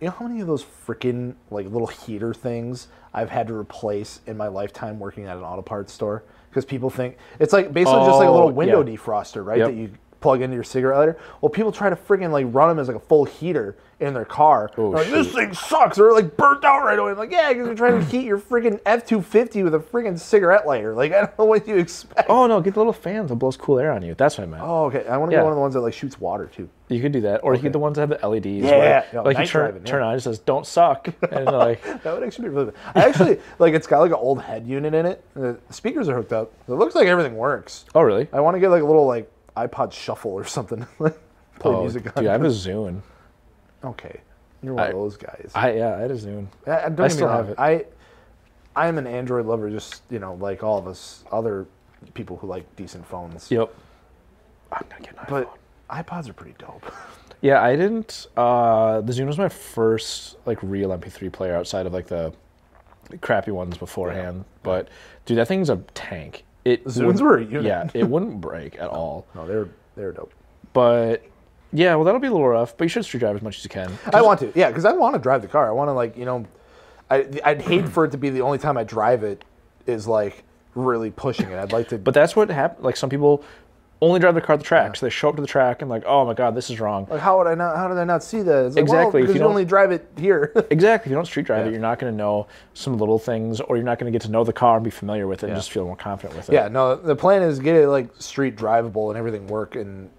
Speaker 1: You know how many of those freaking like little heater things I've had to replace in my lifetime working at an auto parts store because people think it's like basically just like a
Speaker 2: Oh,
Speaker 1: little window
Speaker 2: yeah.
Speaker 1: defroster, right?
Speaker 2: Yep.
Speaker 1: That you plug into your cigarette lighter. Well, people try to freaking like run them as like a full heater in their car.
Speaker 2: Oh,
Speaker 1: They're like, this thing sucks. Or like burnt out right away. I'm like, yeah, because you're trying to heat your freaking F two fifty with a freaking cigarette lighter. Like I don't know what you expect.
Speaker 2: Oh no, get the little fans that blows cool air on you. That's what I meant.
Speaker 1: Oh, okay. I want to
Speaker 2: Yeah.
Speaker 1: get one of the ones that like shoots water too.
Speaker 2: You could do that, or you get the ones that have the LEDs.
Speaker 1: Yeah,
Speaker 2: where,
Speaker 1: no,
Speaker 2: like you
Speaker 1: night
Speaker 2: turn
Speaker 1: driving, yeah.
Speaker 2: turn on, it says
Speaker 1: *laughs*
Speaker 2: "Don't suck," and like
Speaker 1: That would actually be really. I actually like it's got like an old head unit in it. The speakers are hooked up. It looks like everything works.
Speaker 2: oh really?
Speaker 1: I want to get like a little like iPod shuffle or something. *laughs* like play
Speaker 2: Oh,
Speaker 1: music on.
Speaker 2: dude, I have a Zune.
Speaker 1: okay, you're one
Speaker 2: I-
Speaker 1: of those guys. I,
Speaker 2: I yeah, I had a Zune.
Speaker 1: I, don't
Speaker 2: I
Speaker 1: get
Speaker 2: still
Speaker 1: me wrong.
Speaker 2: have it.
Speaker 1: I I am an Android lover, just you know, like all of us other people who like decent phones.
Speaker 2: Yep. I'm gonna get an iPhone.
Speaker 1: But iPods are pretty dope. *laughs*
Speaker 2: Yeah, I didn't. Uh, the Zune was my first like real MP3 player outside of like the crappy ones beforehand. But dude, that thing's a tank. It
Speaker 1: Zunes
Speaker 2: wouldn't-
Speaker 1: were a unit.
Speaker 2: yeah, it wouldn't break at all.
Speaker 1: No, they're they're dope.
Speaker 2: But yeah, well that'll be a little rough. But you should street drive as much as you can.
Speaker 1: I want to, yeah, because I want to drive the car. I want to like you know, I I'd
Speaker 2: *clears throat*
Speaker 1: hate for it to be the only time I drive it is like really pushing it. I'd like to,
Speaker 2: But that's what happened. Like some people only drive their car to the track, so they show up to the track and like, oh my god, this is wrong.
Speaker 1: like how would I not? How did I not see that? It's like, well,
Speaker 2: Exactly, if
Speaker 1: because
Speaker 2: you
Speaker 1: you,
Speaker 2: don't-
Speaker 1: only drive it here. *laughs*
Speaker 2: Exactly. If you don't street drive it, you're not going to know some little things, or you're not going to get to know the car and be familiar with it, and just feel more confident with it.
Speaker 1: yeah, no. The plan is get it like street drivable and everything work and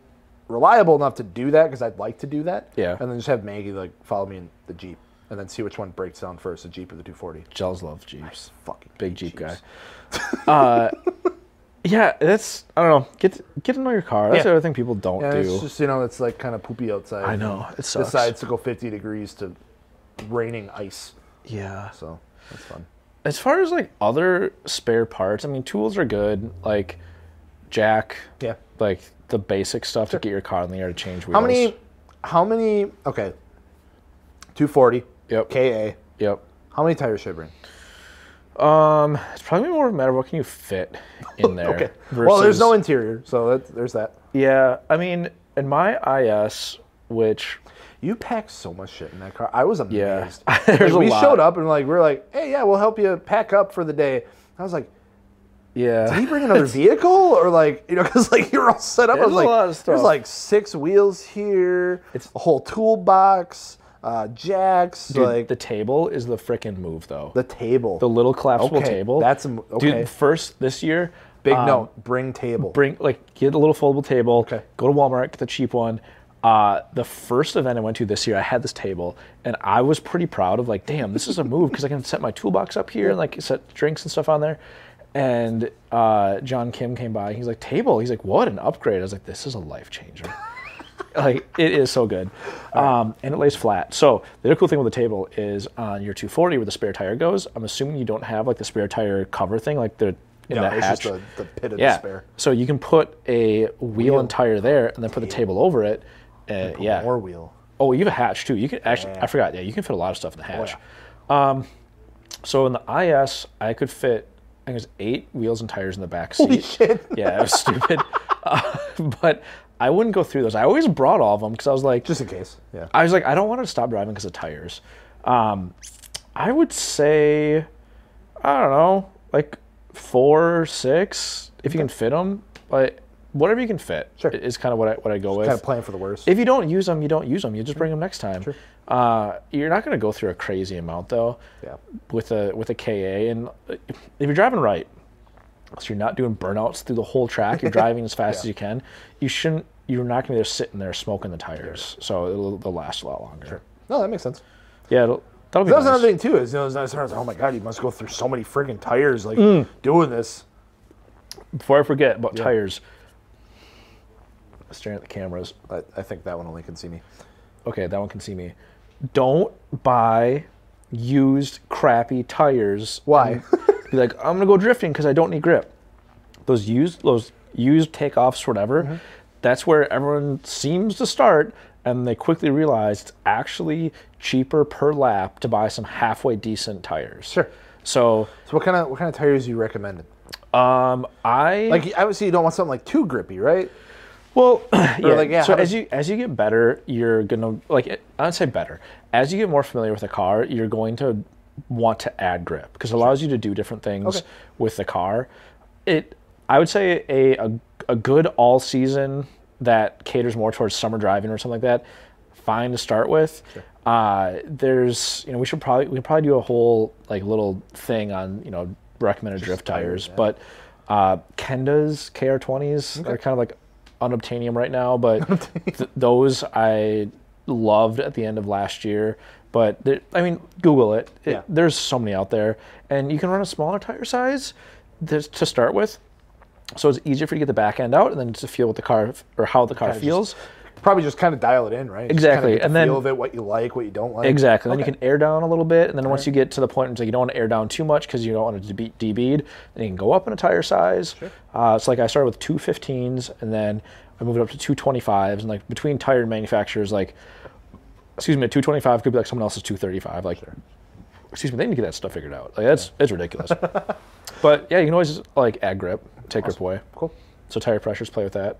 Speaker 1: reliable enough to do that because I'd like to do that.
Speaker 2: Yeah.
Speaker 1: and then just have Maggie like follow me in the Jeep and then see which one breaks down first, the Jeep or the 240.
Speaker 2: Gels love Jeeps.
Speaker 1: Fucking
Speaker 2: Big Jeep
Speaker 1: Jeeps. *laughs*
Speaker 2: guy. uh, yeah, that's I don't know. Get get to know your car. That's
Speaker 1: Yeah.
Speaker 2: the other thing people don't
Speaker 1: And
Speaker 2: do.
Speaker 1: it's just you know it's like kind of poopy outside.
Speaker 2: I know it sucks.
Speaker 1: Decides to go 50 degrees to raining ice.
Speaker 2: Yeah.
Speaker 1: So that's fun.
Speaker 2: As far as like other spare parts, I mean, tools are good. Like jack.
Speaker 1: Yeah.
Speaker 2: Like the basic stuff to get your car in the air to change wheels.
Speaker 1: How many? How many? Okay. 240.
Speaker 2: Yep.
Speaker 1: KA.
Speaker 2: Yep.
Speaker 1: How many tires should I bring?
Speaker 2: Um, it's probably more of a matter of what can you fit
Speaker 1: *laughs*
Speaker 2: in there.
Speaker 1: Okay. Well, there's
Speaker 2: versus-
Speaker 1: no interior, so that, there's that.
Speaker 2: Yeah, I mean, in my IS, which
Speaker 1: You packed so much shit in that car. I was amazed. *laughs*
Speaker 2: Yeah.
Speaker 1: Like,
Speaker 2: There's a
Speaker 1: we
Speaker 2: lot.
Speaker 1: showed up and like we are like, hey, yeah, we'll help you pack up for the day. I was like,
Speaker 2: *laughs*
Speaker 1: Did he
Speaker 2: Yeah.
Speaker 1: bring another vehicle or like you know because like you're all set up. I
Speaker 2: There's
Speaker 1: was
Speaker 2: a
Speaker 1: like,
Speaker 2: lot of
Speaker 1: there's
Speaker 2: stuff.
Speaker 1: like six wheels here. It's
Speaker 2: It's-
Speaker 1: a whole toolbox, uh, jacks,
Speaker 2: Dude,
Speaker 1: like
Speaker 2: the
Speaker 1: the,
Speaker 2: table is the frickin' move though.
Speaker 1: table.
Speaker 2: The little collapsible
Speaker 1: Okay,
Speaker 2: table.
Speaker 1: that's a m- okay.
Speaker 2: Dude, first this year,
Speaker 1: Big
Speaker 2: um,
Speaker 1: note: bring table.
Speaker 2: Bring like get a little foldable table.
Speaker 1: Okay.
Speaker 2: Go to Walmart, get the cheap one. Uh, the first event I went to this year, I had this table, and I was pretty proud of like, damn, this is a move because I can set my toolbox up here and like set drinks and stuff on there. And uh, John Kim came by. He's like, table. He's like, what an upgrade. I was like, this is a
Speaker 1: *laughs*
Speaker 2: life changer. like it is so good, um, and it lays flat. So the other cool thing with the table is on your 240 where the spare tire goes. I'm assuming you don't have like the spare tire cover thing, like the in
Speaker 1: No,
Speaker 2: that
Speaker 1: it's
Speaker 2: hatch.
Speaker 1: just the, the pit of
Speaker 2: Yeah.
Speaker 1: despair.
Speaker 2: So you can put a wheel, and tire there, and then put the table over it. Uh, yeah.
Speaker 1: More wheel. *laughs*
Speaker 2: Oh, you have a hatch too. You can actually. I forgot. Yeah, you can fit a lot of stuff in the hatch.
Speaker 1: Oh, yeah.
Speaker 2: Um, so in the IS, I could fit. I think it was eight wheels and tires in the back seat.
Speaker 1: shit.
Speaker 2: Yeah, it was stupid. *laughs* Uh, but I wouldn't go through those. I always brought all of them because I was like,
Speaker 1: Just in case. Yeah.
Speaker 2: I was like, I don't want to stop driving because of tires. Um, I would say, I don't know, like four, or six, if you can fit them. Like whatever you can fit
Speaker 1: Sure.
Speaker 2: is kind of what I what I go with.
Speaker 1: Kind of plan for the worst.
Speaker 2: If you don't use them, you don't use them. You just bring them next time. Uh, you're not going to go through a crazy amount though
Speaker 1: yeah.
Speaker 2: with a with a KA, and if you're driving right, so you're not doing burnouts through the whole
Speaker 1: *laughs*
Speaker 2: track, you're driving as fast as you can. You shouldn't. You're not going to be there sitting there smoking the tires, so it'll, they'll last a lot longer.
Speaker 1: No, that makes sense.
Speaker 2: Yeah, it'll, that'll be
Speaker 1: That was
Speaker 2: nice.
Speaker 1: another thing too. Is you know, it's nice, I was like, oh my god, you must go through so many friggin' tires like
Speaker 2: Mm.
Speaker 1: doing this.
Speaker 2: Before I forget about tires, staring at the cameras.
Speaker 1: I, I think that one only can see me.
Speaker 2: Okay, that one can see me. Don't buy used crappy tires.
Speaker 1: Why?
Speaker 2: and Be like, I'm gonna go drifting because I don't need grip. Those used, those used takeoffs, whatever.
Speaker 1: Mm-hmm.
Speaker 2: That's where everyone seems to start, and they quickly realize it's actually cheaper per lap to buy some halfway decent tires.
Speaker 1: *laughs* Sure.
Speaker 2: So,
Speaker 1: So what kind of what kind of tires you recommended?
Speaker 2: um, I
Speaker 1: Like obviously you don't want something like too grippy, right?
Speaker 2: Well, *clears throat* yeah.
Speaker 1: like, yeah,
Speaker 2: so
Speaker 1: how
Speaker 2: as
Speaker 1: does-
Speaker 2: you as you get better, you're gonna like it- I'd say better. As you get more familiar with the car, you're going to want to add grip because it allows you to do different things
Speaker 1: Okay.
Speaker 2: with the car. It I would say a a, a good all season that caters more towards summer driving or something like that. Fine to start with. Uh, there's you know we should probably we could probably do a whole like little thing on you know recommended drift tires, but uh, Kendas KR20s are kind of like unobtainium right
Speaker 1: *laughs*
Speaker 2: now, but th- those I loved at the end of last year. But there- I mean, Google it. It-
Speaker 1: Yeah.
Speaker 2: There's so many out there, and you can run a smaller tire size th- to start with. So it's easier for you to get the back end out, and then to feel what the car or how the car
Speaker 1: just-
Speaker 2: feels.
Speaker 1: Probably just kind of dial it in, right? Just
Speaker 2: Exactly,
Speaker 1: kinda get the
Speaker 2: and then-
Speaker 1: feel of it, what you like, what you don't like.
Speaker 2: Exactly. Then you can air down a little bit, and then once you get to the point where it's like you don't want to air down too much because you don't want it to be DB'd, then you can go up in a tire size. Uh, it's like I started with 215s, and then I moved up to 225s, and like between tire manufacturers, like excuse me, a 225 could be like someone else's 235. Like, excuse me, they need to get that stuff figured out. Like that's it's ridiculous. but yeah, you can always like add grip, take grip away.
Speaker 1: Cool.
Speaker 2: So tire pressures play with that.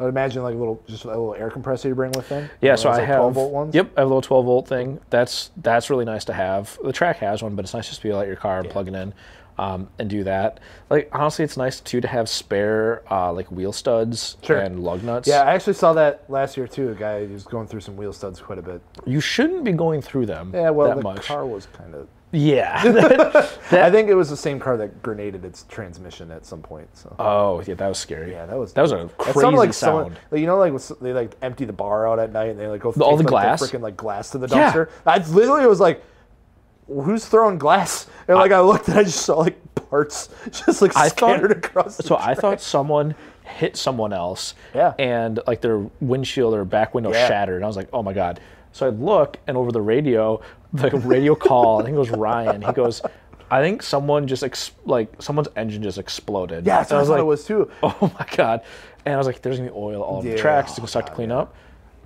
Speaker 1: I would imagine like a little just a little air compressor you bring with them.
Speaker 2: Yeah, so I have
Speaker 1: 12 volt ones.
Speaker 2: Yep, I have a little 12 volt thing. That's that's really nice to have. The track has one, but it's nice just to be able to light your car and plug it in, um, and do that. Like honestly, it's nice too to have spare uh, like wheel studs
Speaker 1: Sure.
Speaker 2: and lug nuts.
Speaker 1: Yeah, I actually saw that last year too. A guy who was going through some wheel studs quite a bit.
Speaker 2: you shouldn't be going through them.
Speaker 1: Yeah, well
Speaker 2: that
Speaker 1: the
Speaker 2: much.
Speaker 1: car was kind of. *laughs*
Speaker 2: Yeah. *laughs*
Speaker 1: I think it was the same car that grenaded its transmission at some point. So
Speaker 2: oh yeah, that was scary.
Speaker 1: yeah, that was
Speaker 2: that was a
Speaker 1: That
Speaker 2: crazy
Speaker 1: sounded like
Speaker 2: sound.
Speaker 1: someone, like, you know, like with, they like empty the bar out at night and they like go
Speaker 2: all
Speaker 1: take,
Speaker 2: the
Speaker 1: like,
Speaker 2: glass?
Speaker 1: freaking like glass to the
Speaker 2: Yeah.
Speaker 1: dumpster. I literally was like, who's throwing glass? And like I, looked and I just saw like parts *laughs* just like
Speaker 2: I thought-
Speaker 1: scattered across. The
Speaker 2: *laughs* So I thought someone hit someone else.
Speaker 1: Yeah.
Speaker 2: And like their windshield or back window
Speaker 1: Yeah.
Speaker 2: shattered. And I was like, oh my God. So I look and over the radio, the radio call, I think it was Ryan. He goes, I think someone just ex- like someone's engine just exploded.
Speaker 1: yeah, that's
Speaker 2: And
Speaker 1: what I, thought
Speaker 2: like,
Speaker 1: it was too.
Speaker 2: *laughs* Oh my God. And I was like, there's gonna be oil all over
Speaker 1: Yeah.
Speaker 2: the tracks. It's gonna suck to clean up.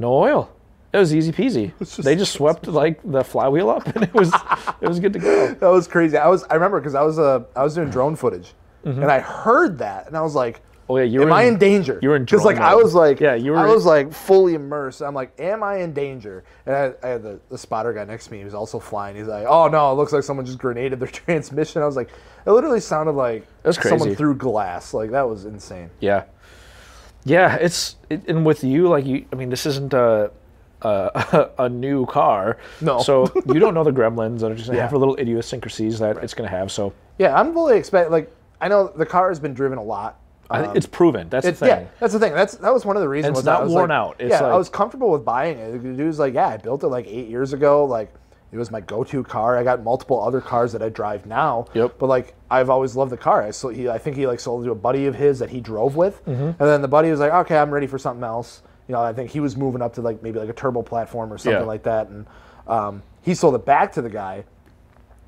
Speaker 2: No oil. It was easy peasy. they just swept like the flywheel up *laughs* and it was it was good to go.
Speaker 1: That
Speaker 2: Mm-hmm.
Speaker 1: was crazy. I was I remember because I was uh, I was doing drone footage and I heard that and I was like,
Speaker 2: Oh yeah, you
Speaker 1: Am
Speaker 2: were.
Speaker 1: I in danger?
Speaker 2: you were in
Speaker 1: because like
Speaker 2: drone
Speaker 1: I
Speaker 2: mode.
Speaker 1: was like
Speaker 2: Yeah, you were-
Speaker 1: I was like fully immersed. I'm like, am I in danger? And I, I had the, the spotter guy next to me. He was also flying. He's like, oh no, it looks like someone just grenaded their *laughs* transmission. I was like, it literally sounded like
Speaker 2: That's
Speaker 1: someone
Speaker 2: crazy.
Speaker 1: threw glass. Like that was insane.
Speaker 2: Yeah, yeah. It's it, and with you, like you. I mean, this isn't a a, *laughs* a new car.
Speaker 1: No.
Speaker 2: So you don't know the gremlins that
Speaker 1: *laughs*
Speaker 2: are just gonna have little idiosyncrasies that it's gonna have. So
Speaker 1: Yeah, I'm fully expect like I know the car has been driven a lot.
Speaker 2: I think it's proven. That's
Speaker 1: It's,
Speaker 2: the thing.
Speaker 1: Um, yeah, that's the thing. That's that was one of the reasons.
Speaker 2: it's
Speaker 1: was that
Speaker 2: not
Speaker 1: I was
Speaker 2: worn
Speaker 1: like-
Speaker 2: out. It's
Speaker 1: yeah, I
Speaker 2: like-
Speaker 1: was comfortable with buying it. The dude's like, yeah, I built it like eight years ago. Like, it was my go-to car. I got multiple other cars that I drive now.
Speaker 2: Yep.
Speaker 1: But like, I've always loved the car. I so he, I think he like sold it to a buddy of his that he drove with,
Speaker 2: Mm-hmm.
Speaker 1: and then the buddy was like, okay, I'm ready for something else. You know, I think he was moving up to like maybe like a turbo platform or something
Speaker 2: Yeah.
Speaker 1: like that, and um, he sold it back to the guy.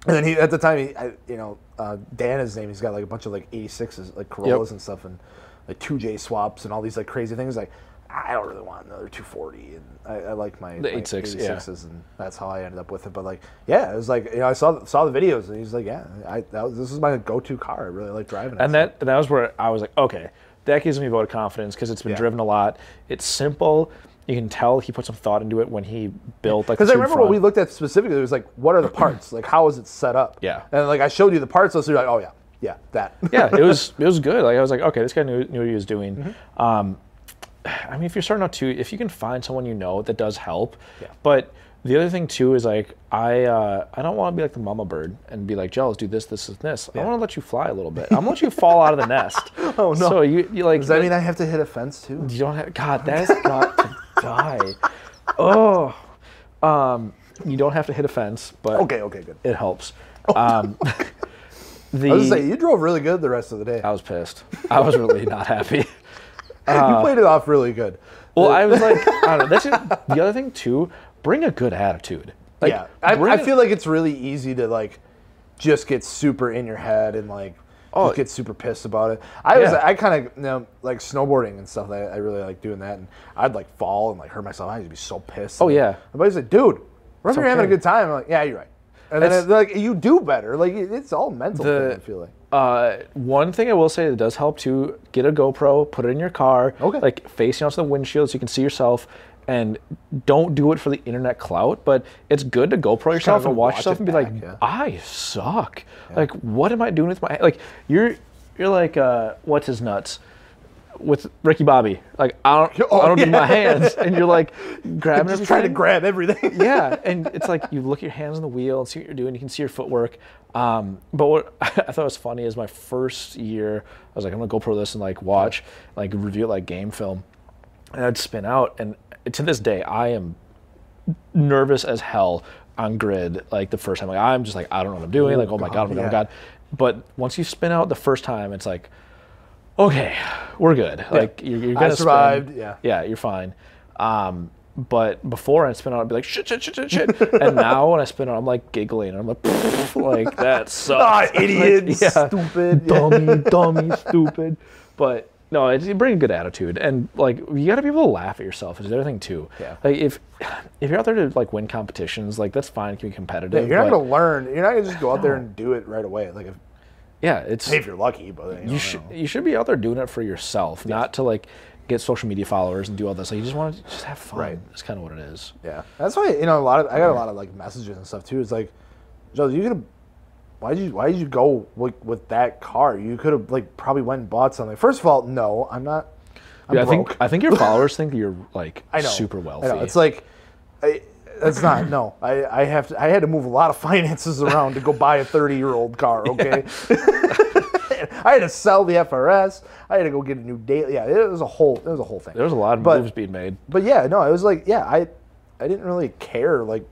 Speaker 1: And then he, at the time, he, I, you know, uh, Dan is his name. He's got like a bunch of like 86s, like Corollas and stuff, and like 2J swaps and all these like crazy things. Like, I don't really want another 240, and I, I like my, my
Speaker 2: 86, yeah.
Speaker 1: 86s, and that's how I ended up with it. But like, yeah, it was like, you know, I saw saw the videos, and he's like, yeah, I that was, this is my go-to car. I really like driving it.
Speaker 2: and that and that was where I was like, okay, that gives me a vote of confidence because it's been
Speaker 1: Yeah.
Speaker 2: driven a lot. It's simple. You can tell he put some thought into it when he built like.
Speaker 1: Because
Speaker 2: the
Speaker 1: I
Speaker 2: tube
Speaker 1: remember what we
Speaker 2: front.
Speaker 1: looked at specifically it was like, what are the parts? like, how is it set up?
Speaker 2: Yeah.
Speaker 1: And like, I showed you the parts list. So you're like, oh yeah, yeah, that.
Speaker 2: yeah, it was it was good. Like I was like, okay, this guy knew, knew what he was doing.
Speaker 1: Mm-hmm.
Speaker 2: Um, I mean, if you're starting out too, if you can find someone you know, that does help.
Speaker 1: Yeah.
Speaker 2: But the other thing too is like I uh, I don't want to be like the mama bird and be like, jealous, do this, this, and this. I want to let you fly a little bit. I want to let you fall out of the nest.
Speaker 1: *laughs* Oh, no.
Speaker 2: So you, you
Speaker 1: *laughs*
Speaker 2: like
Speaker 1: Does that mean I have to hit a fence too?
Speaker 2: you don't have God. That's
Speaker 1: *laughs*
Speaker 2: got to die. Oh, um, you don't have to hit a fence, but
Speaker 1: Okay, okay, good.
Speaker 2: it helps.
Speaker 1: *laughs*
Speaker 2: Um, the
Speaker 1: I was gonna say you drove really good the rest of the day.
Speaker 2: I was pissed. I was really not happy.
Speaker 1: *laughs*
Speaker 2: uh,
Speaker 1: you played it off really good.
Speaker 2: Well, I was like, I don't know. That's it. the other thing too. Bring a good attitude. Like,
Speaker 1: yeah, I,
Speaker 2: bring
Speaker 1: I
Speaker 2: it-
Speaker 1: feel like it's really easy to like just get super in your head and like just get super pissed about it. I was
Speaker 2: Oh, Yeah.
Speaker 1: I kind of you know like snowboarding and stuff. I, I really like doing that, and I'd like fall and like hurt myself. I'd just be so pissed.
Speaker 2: Oh, yeah.
Speaker 1: my buddy's like, dude, remember you're having a
Speaker 2: okay.
Speaker 1: good time. I'm like, yeah, you're right. And then
Speaker 2: That's-
Speaker 1: it, like you do better. Like it- it's all mental.
Speaker 2: The-
Speaker 1: thing, I feel like.
Speaker 2: uh, one thing I will say that does help too. Get a GoPro, put it in your car.
Speaker 1: Okay.
Speaker 2: Like facing onto the windshield so you can see yourself. And don't do it for the internet clout, but it's good to GoPro yourself
Speaker 1: go
Speaker 2: and watch,
Speaker 1: watch
Speaker 2: yourself
Speaker 1: it
Speaker 2: and be like,
Speaker 1: back, yeah.
Speaker 2: I suck. Like, what am I doing with my like? You're you're like uh, what's his nuts with Ricky Bobby? Like I don't
Speaker 1: Oh,
Speaker 2: I don't do
Speaker 1: yeah.
Speaker 2: my hands, and
Speaker 1: *laughs*
Speaker 2: you're like grabbing
Speaker 1: Just
Speaker 2: everything
Speaker 1: trying to grab everything.
Speaker 2: *laughs* yeah, and it's like you look at your hands on the wheel and see what you're doing. You can see your footwork. Um, but what *laughs* I thought was funny is my first year, I was like, I'm gonna go pro this and like watch, like review it like game film, and I'd spin out. And to this day, I am nervous as hell on grid. Like the first time, like I'm just like, I don't know what I'm doing. like, oh my god, oh my god, oh my
Speaker 1: yeah.
Speaker 2: god. But once you spin out the first time, it's like, okay, we're good. Like you're, you're
Speaker 1: I
Speaker 2: gonna spin.
Speaker 1: survived, yeah.
Speaker 2: yeah, you're fine. Um, but before I spin out, I'd be like shit, shit, shit, shit, shit. *laughs* and now when I spin out, I'm like giggling. I'm like, *laughs* like
Speaker 1: *laughs* *laughs* Ah,
Speaker 2: that sucks.
Speaker 1: idiot,
Speaker 2: yeah.
Speaker 1: stupid. Yeah.
Speaker 2: *laughs* dummy, dummy, stupid. But no, it's, you bring a good attitude, and like you got to be able to laugh at yourself is the other thing too.
Speaker 1: Yeah.
Speaker 2: Like if *sighs* if you're out there to like win competitions, like that's fine, it can be competitive.
Speaker 1: You're not
Speaker 2: but-
Speaker 1: gonna learn. You're not gonna just go out there and do it right away. Like if,
Speaker 2: yeah, it's
Speaker 1: if you're lucky, but you, know,
Speaker 2: you should you should be out there doing it for yourself, not to like get social media followers and do all this. Like you just want to just have fun.
Speaker 1: Right.
Speaker 2: That's kind of what it is.
Speaker 1: Yeah, that's why you know a lot of I got a lot of like messages and stuff too. It's like, Joe, you could have. Why did you Why did you go like with that car? You could have like probably went and bought something. First of all, no, I'm not. I'm
Speaker 2: yeah, I
Speaker 1: broke.
Speaker 2: think
Speaker 1: *laughs*
Speaker 2: I think your followers think you're like
Speaker 1: I know.
Speaker 2: super
Speaker 1: I know.
Speaker 2: wealthy.
Speaker 1: It's like, I, that's not no. I I have to. I had to move a lot of *laughs* finances around to go buy a 30 year old car. Okay. *laughs* I had to sell the FRS. I had to go get a new daily. Yeah, it was a whole. It was a whole thing.
Speaker 2: There's a lot of
Speaker 1: But-
Speaker 2: moves being made.
Speaker 1: but yeah, no, it was like yeah, I I didn't really care like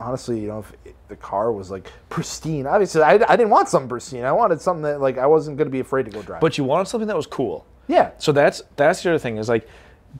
Speaker 1: honestly, you know, if it, the car was like pristine. Obviously, I, I didn't want something pristine. I wanted something that like I wasn't going to be afraid to go drive.
Speaker 2: But you wanted something that was cool.
Speaker 1: yeah, *laughs*
Speaker 2: So that's that's the other thing is like,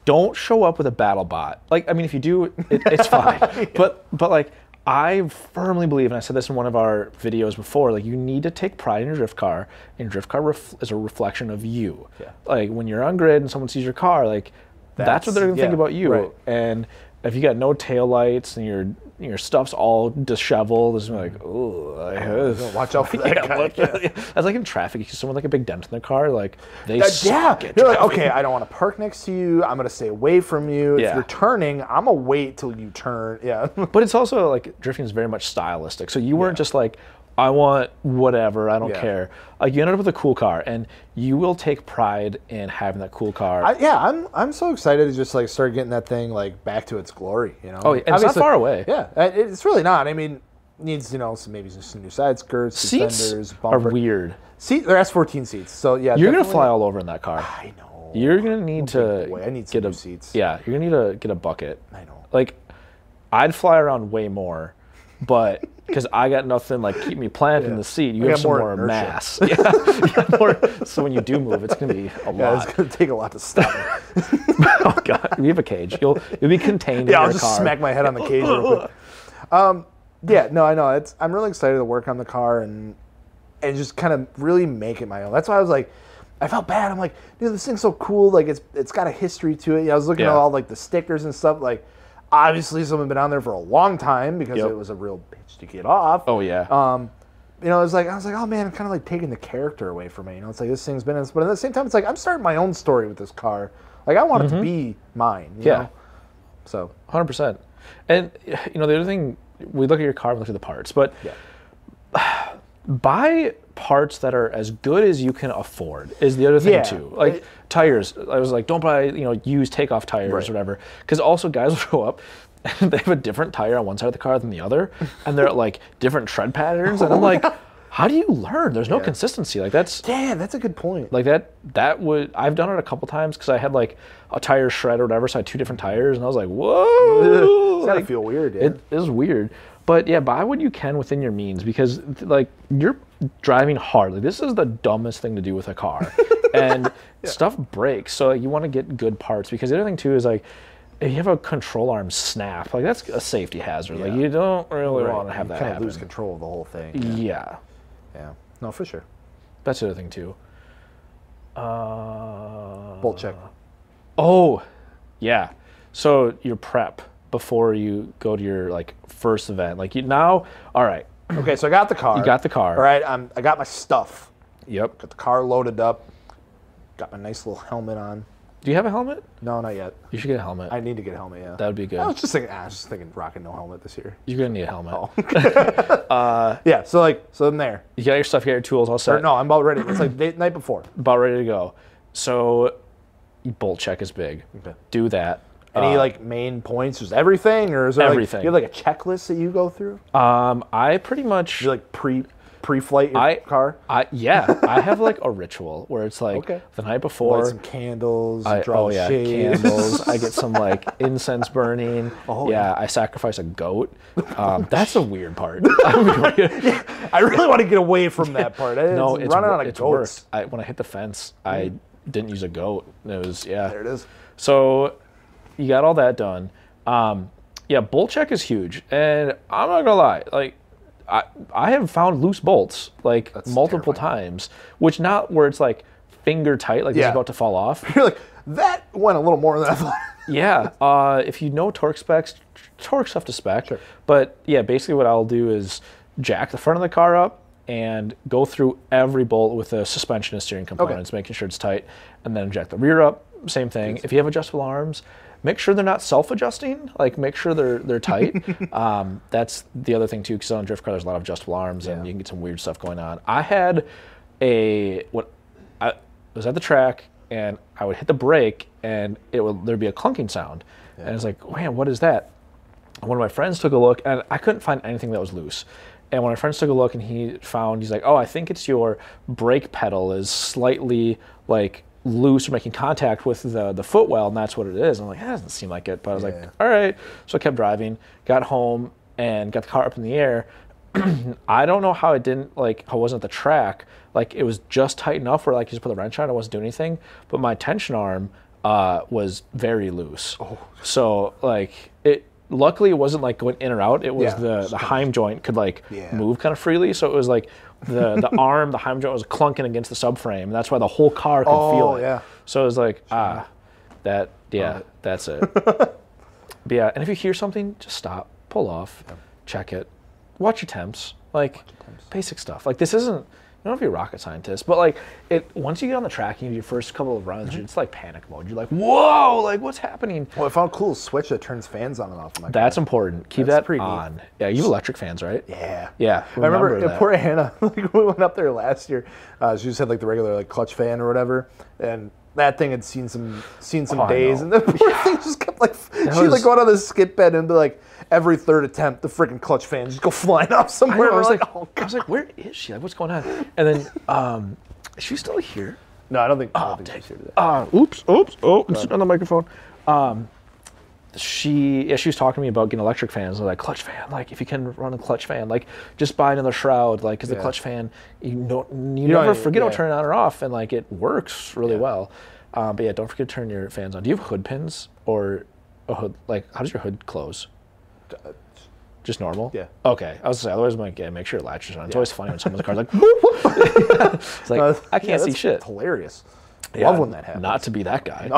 Speaker 2: don't show up with a battle bot. Like I mean, if you do, it, it's
Speaker 1: *laughs*
Speaker 2: fine. But but like I firmly believe, and I said this in one of our videos before, like you need to take pride in your drift car, and your drift car ref- is a reflection of you.
Speaker 1: Yeah.
Speaker 2: Like when you're on grid and someone sees your car, like that's, what they're gonna
Speaker 1: That's-
Speaker 2: think
Speaker 1: yeah,
Speaker 2: about you.
Speaker 1: right.
Speaker 2: And if you got no tail lights and your your stuff's all disheveled, it's like, oh, I *laughs* have.
Speaker 1: Watch out for that guy. *laughs*
Speaker 2: That's like in traffic. You see someone like a big dent in their car, like they
Speaker 1: Uh,
Speaker 2: suck
Speaker 1: yeah,
Speaker 2: at
Speaker 1: you're like,
Speaker 2: driving.
Speaker 1: okay, I don't want to park next to you. I'm gonna stay away from you. If
Speaker 2: Yeah.
Speaker 1: you're turning, I'm gonna wait till you turn. Yeah, *laughs*
Speaker 2: But it's also like drifting is very much stylistic. So you weren't just like, I want whatever, I don't
Speaker 1: Yeah.
Speaker 2: care. Like you ended up with a cool car, and you will take pride in having that cool car.
Speaker 1: I, yeah. I'm I'm so excited to just like start getting that thing like back to its glory. You know.
Speaker 2: Oh, yeah, and it's not
Speaker 1: Obviously-
Speaker 2: far away.
Speaker 1: Yeah, uh, it- it's really not. I mean, needs you know some maybe some new side skirts,
Speaker 2: Seats
Speaker 1: suspenders,
Speaker 2: are
Speaker 1: bumper.
Speaker 2: weird.
Speaker 1: Seat, they're S14 seats, so yeah.
Speaker 2: You're gonna
Speaker 1: definitely-
Speaker 2: fly all over in that car.
Speaker 1: I know.
Speaker 2: You're gonna need to
Speaker 1: boy, I need some
Speaker 2: get a
Speaker 1: new seats.
Speaker 2: Yeah, you're gonna need to get a bucket.
Speaker 1: I know.
Speaker 2: Like, I'd fly around way more,
Speaker 1: *laughs*
Speaker 2: but because I got nothing like keep me planted in the seat, you
Speaker 1: I
Speaker 2: have
Speaker 1: got
Speaker 2: some
Speaker 1: more
Speaker 2: more,
Speaker 1: inertia.
Speaker 2: mass. *laughs* Yeah, you got more- so when you do move, it's gonna be a
Speaker 1: Yeah,
Speaker 2: lot.
Speaker 1: it's gonna take a lot to *laughs* stop. me.
Speaker 2: *laughs* oh god, we have a cage. You'll you'll be contained.
Speaker 1: yeah,
Speaker 2: in
Speaker 1: I'll
Speaker 2: your
Speaker 1: just
Speaker 2: car.
Speaker 1: smack my head on the cage real quick. *laughs* Um, yeah, no, I know. It's I'm really excited to work on the car and and just kind of really make it my own. That's why I was like, I felt bad. I'm like, dude, this thing's so cool. Like it's it's got a history to it. Yeah, I was looking at
Speaker 2: Yeah.
Speaker 1: all like the stickers and stuff. Like obviously someone been on there for a long time because
Speaker 2: Yep.
Speaker 1: it was a real bitch to get off.
Speaker 2: Oh yeah.
Speaker 1: Um, you know, it's like I was like, oh man, kind of like taking the character away from me. You know, it's like this thing's been, in this, but at the same time, it's like I'm starting my own story with this car. Like I want it to be mine. You
Speaker 2: Mm-hmm. Yeah.
Speaker 1: Know? So
Speaker 2: Hundred percent. And you know the other thing, we look at your car, we look at the parts, but
Speaker 1: Yeah.
Speaker 2: *sighs* buy parts that are as good as you can afford is the other thing
Speaker 1: Yeah.
Speaker 2: too. Like tires, I was like, don't buy you know used takeoff tires
Speaker 1: Right.
Speaker 2: or whatever, because also guys *laughs* will show up. And they have a different tire on one side of the car than the other, and they're at, like different tread patterns. And I'm
Speaker 1: *laughs*
Speaker 2: like, how do you learn? There's no consistency. Like that's
Speaker 1: damn, that's a good point.
Speaker 2: Like that, that would I've done it a couple times because I had like a tire shred or whatever, so I had two different tires, and I was like, whoa,
Speaker 1: *laughs* It's gotta
Speaker 2: like,
Speaker 1: feel weird, yeah.
Speaker 2: It is weird, but yeah, buy what you can within your means because th- like you're driving hard. Like this is the dumbest thing to do with a
Speaker 1: *laughs*
Speaker 2: car, and stuff breaks. So you want to get good parts because the other thing too is like. If you have a control arm snap, like that's a safety hazard. Like
Speaker 1: Yeah.
Speaker 2: you don't really
Speaker 1: Right.
Speaker 2: want to have
Speaker 1: you
Speaker 2: that
Speaker 1: kinda
Speaker 2: happen.
Speaker 1: lose control of the whole thing. Yeah.
Speaker 2: yeah.
Speaker 1: No, for sure.
Speaker 2: That's the other thing too. Uh,
Speaker 1: Bolt
Speaker 2: *clears throat*
Speaker 1: check.
Speaker 2: oh, yeah. So your prep before you go to your like first event, like you now. All right,
Speaker 1: Okay, so I got the car.
Speaker 2: you got the car.
Speaker 1: All right, I'm, I got my stuff.
Speaker 2: Yep.
Speaker 1: Got the car loaded up. Got my nice little helmet on.
Speaker 2: Do you have a helmet?
Speaker 1: No, not yet.
Speaker 2: You should get a helmet.
Speaker 1: I need to get a helmet. Yeah.
Speaker 2: that would be good.
Speaker 1: I was just thinking. ah, I was just thinking, rocking no helmet this year.
Speaker 2: You're gonna need a helmet.
Speaker 1: Oh. Yeah. So like, so I'm there.
Speaker 2: You got your stuff, you got your tools all set,
Speaker 1: Or no, I'm about ready. It's like day, night before.
Speaker 2: about ready to go. So, bolt check is big.
Speaker 1: Okay.
Speaker 2: Do that.
Speaker 1: Any like main points? Is Uh, everything, or is there like-
Speaker 2: Everything.
Speaker 1: you have like a checklist that you go through?
Speaker 2: Um, I pretty much.
Speaker 1: Do you like pre pre-flight your
Speaker 2: I-
Speaker 1: car?
Speaker 2: I yeah, I have like a ritual where it's like
Speaker 1: Okay.
Speaker 2: the night
Speaker 1: Light
Speaker 2: before
Speaker 1: some candles.
Speaker 2: I,
Speaker 1: draw
Speaker 2: oh yeah,
Speaker 1: shades.
Speaker 2: candles. I get some like incense burning. Oh yeah, I sacrifice a goat.
Speaker 1: *laughs*
Speaker 2: Um, that's the weird part. I'm really-
Speaker 1: *laughs* I really want to get away from that part. It's
Speaker 2: *laughs* no, it's
Speaker 1: running
Speaker 2: wor-
Speaker 1: out of
Speaker 2: it's
Speaker 1: goats. Mm.
Speaker 2: worked. I, when I hit the fence, I didn't use a goat. It was yeah.
Speaker 1: There it is.
Speaker 2: So you got all that done. Um, yeah, bolt check is huge, and I'm not gonna lie, like. I, I have found loose bolts like multiple times, which not where it's like finger tight, like this
Speaker 1: Yeah.
Speaker 2: is about to fall off.
Speaker 1: You're like that went a little more than I thought.
Speaker 2: Yeah, uh, if you know torque specs, torque stuff to spec. But yeah, basically what I'll do is jack the front of the car up and go through every bolt with the suspension and steering components, making sure it's tight, and then jack the rear up. Same thing. If you have adjustable arms, make sure they're not self-adjusting. Like make sure they're they're tight. um, that's the other thing too, because on a drift car there's a lot of adjustable arms, and you can get some weird stuff going on. I had a what I was at the track and I would hit the brake and it would there'd be a clunking sound. And I was like, man, what is that? And one of my friends took a look and I couldn't find anything that was loose. And when my friends took a look and he found, he's like, oh, I think it's your brake pedal is slightly like loose or making contact with the, the footwell and that's what it is. And I'm like, that doesn't seem like it. But I was
Speaker 1: Yeah.
Speaker 2: like, all right. So I kept driving, got home and got the car up in the air. I don't know how it didn't like how it wasn't at the track. Like it was just tight enough where like you just put the wrench on, it wasn't doing anything. But my tension arm uh, was very loose. Oh. So like it luckily it wasn't like going in or out. It
Speaker 1: Yeah.
Speaker 2: was the the Heim joint could like
Speaker 1: Yeah.
Speaker 2: move kind of freely. So it was like the *laughs* the arm, the Heim joint was clunking against the subframe. That's why the whole car could
Speaker 1: Oh,
Speaker 2: feel it.
Speaker 1: yeah. Oh. *laughs*
Speaker 2: So it was like ah that yeah, that's it. But yeah, and if you hear something, just stop, pull off, check it, watch your temps, like basic stuff. Like this isn't. You don't have to be a rocket scientist, but like it. Once you get on the track, and you do your first couple of
Speaker 1: Mm-hmm.
Speaker 2: runs, it's like panic mode. You're like, whoa, like what's happening?
Speaker 1: Well, I found a cool switch that turns fans on and off. in my
Speaker 2: That's important. Keep
Speaker 1: That's
Speaker 2: that
Speaker 1: pretty neat.
Speaker 2: on. Yeah, you have electric fans, right?
Speaker 1: Yeah.
Speaker 2: Yeah,
Speaker 1: I remember,
Speaker 2: remember that.
Speaker 1: poor Hannah. *laughs* Like we went up there last year. Uh, she just had like the regular like clutch fan or whatever, and that thing had seen some seen some
Speaker 2: Oh, I
Speaker 1: days,
Speaker 2: know.
Speaker 1: and the *laughs* poor thing just kept
Speaker 2: *laughs*
Speaker 1: like she would
Speaker 2: was-
Speaker 1: like go out on this skip bed and be like every third attempt the freaking clutch fan just go *laughs* flying off
Speaker 2: I, know,
Speaker 1: somewhere.
Speaker 2: I
Speaker 1: We're
Speaker 2: was like,
Speaker 1: oh
Speaker 2: I
Speaker 1: god.
Speaker 2: was like, where is she? Like, what's going on? And
Speaker 1: *laughs*
Speaker 2: then, um, is she still here?
Speaker 1: "Oh, No, I don't think. I don't think she's here today.
Speaker 2: Uh, oops, oops, oh, it's on the microphone. Um, she, yeah, she was talking to me about getting electric fans. I was like, clutch fan, like if you can run a clutch fan, like just buy another shroud, like because
Speaker 1: Yeah.
Speaker 2: the clutch fan, you don't, you,
Speaker 1: don't
Speaker 2: never
Speaker 1: need-
Speaker 2: forget to
Speaker 1: yeah.
Speaker 2: turn it on or off, and like it works really well. Um, but yeah, don't forget to turn your fans on. Do you have hood pins or a hood? Like, how does your hood close? Just normal.
Speaker 1: uh, Yeah.
Speaker 2: Okay. I was gonna say otherwise, I'm like, yeah, make sure it latches on. It's always funny when someone's
Speaker 1: *laughs*
Speaker 2: car's like, whoop, whoop. *laughs* it's like
Speaker 1: Uh, *laughs*
Speaker 2: I
Speaker 1: yeah,
Speaker 2: can't see
Speaker 1: that's
Speaker 2: shit.
Speaker 1: Hilarious.
Speaker 2: Yeah,
Speaker 1: Love when that happens.
Speaker 2: Not to be
Speaker 1: *laughs*
Speaker 2: that guy.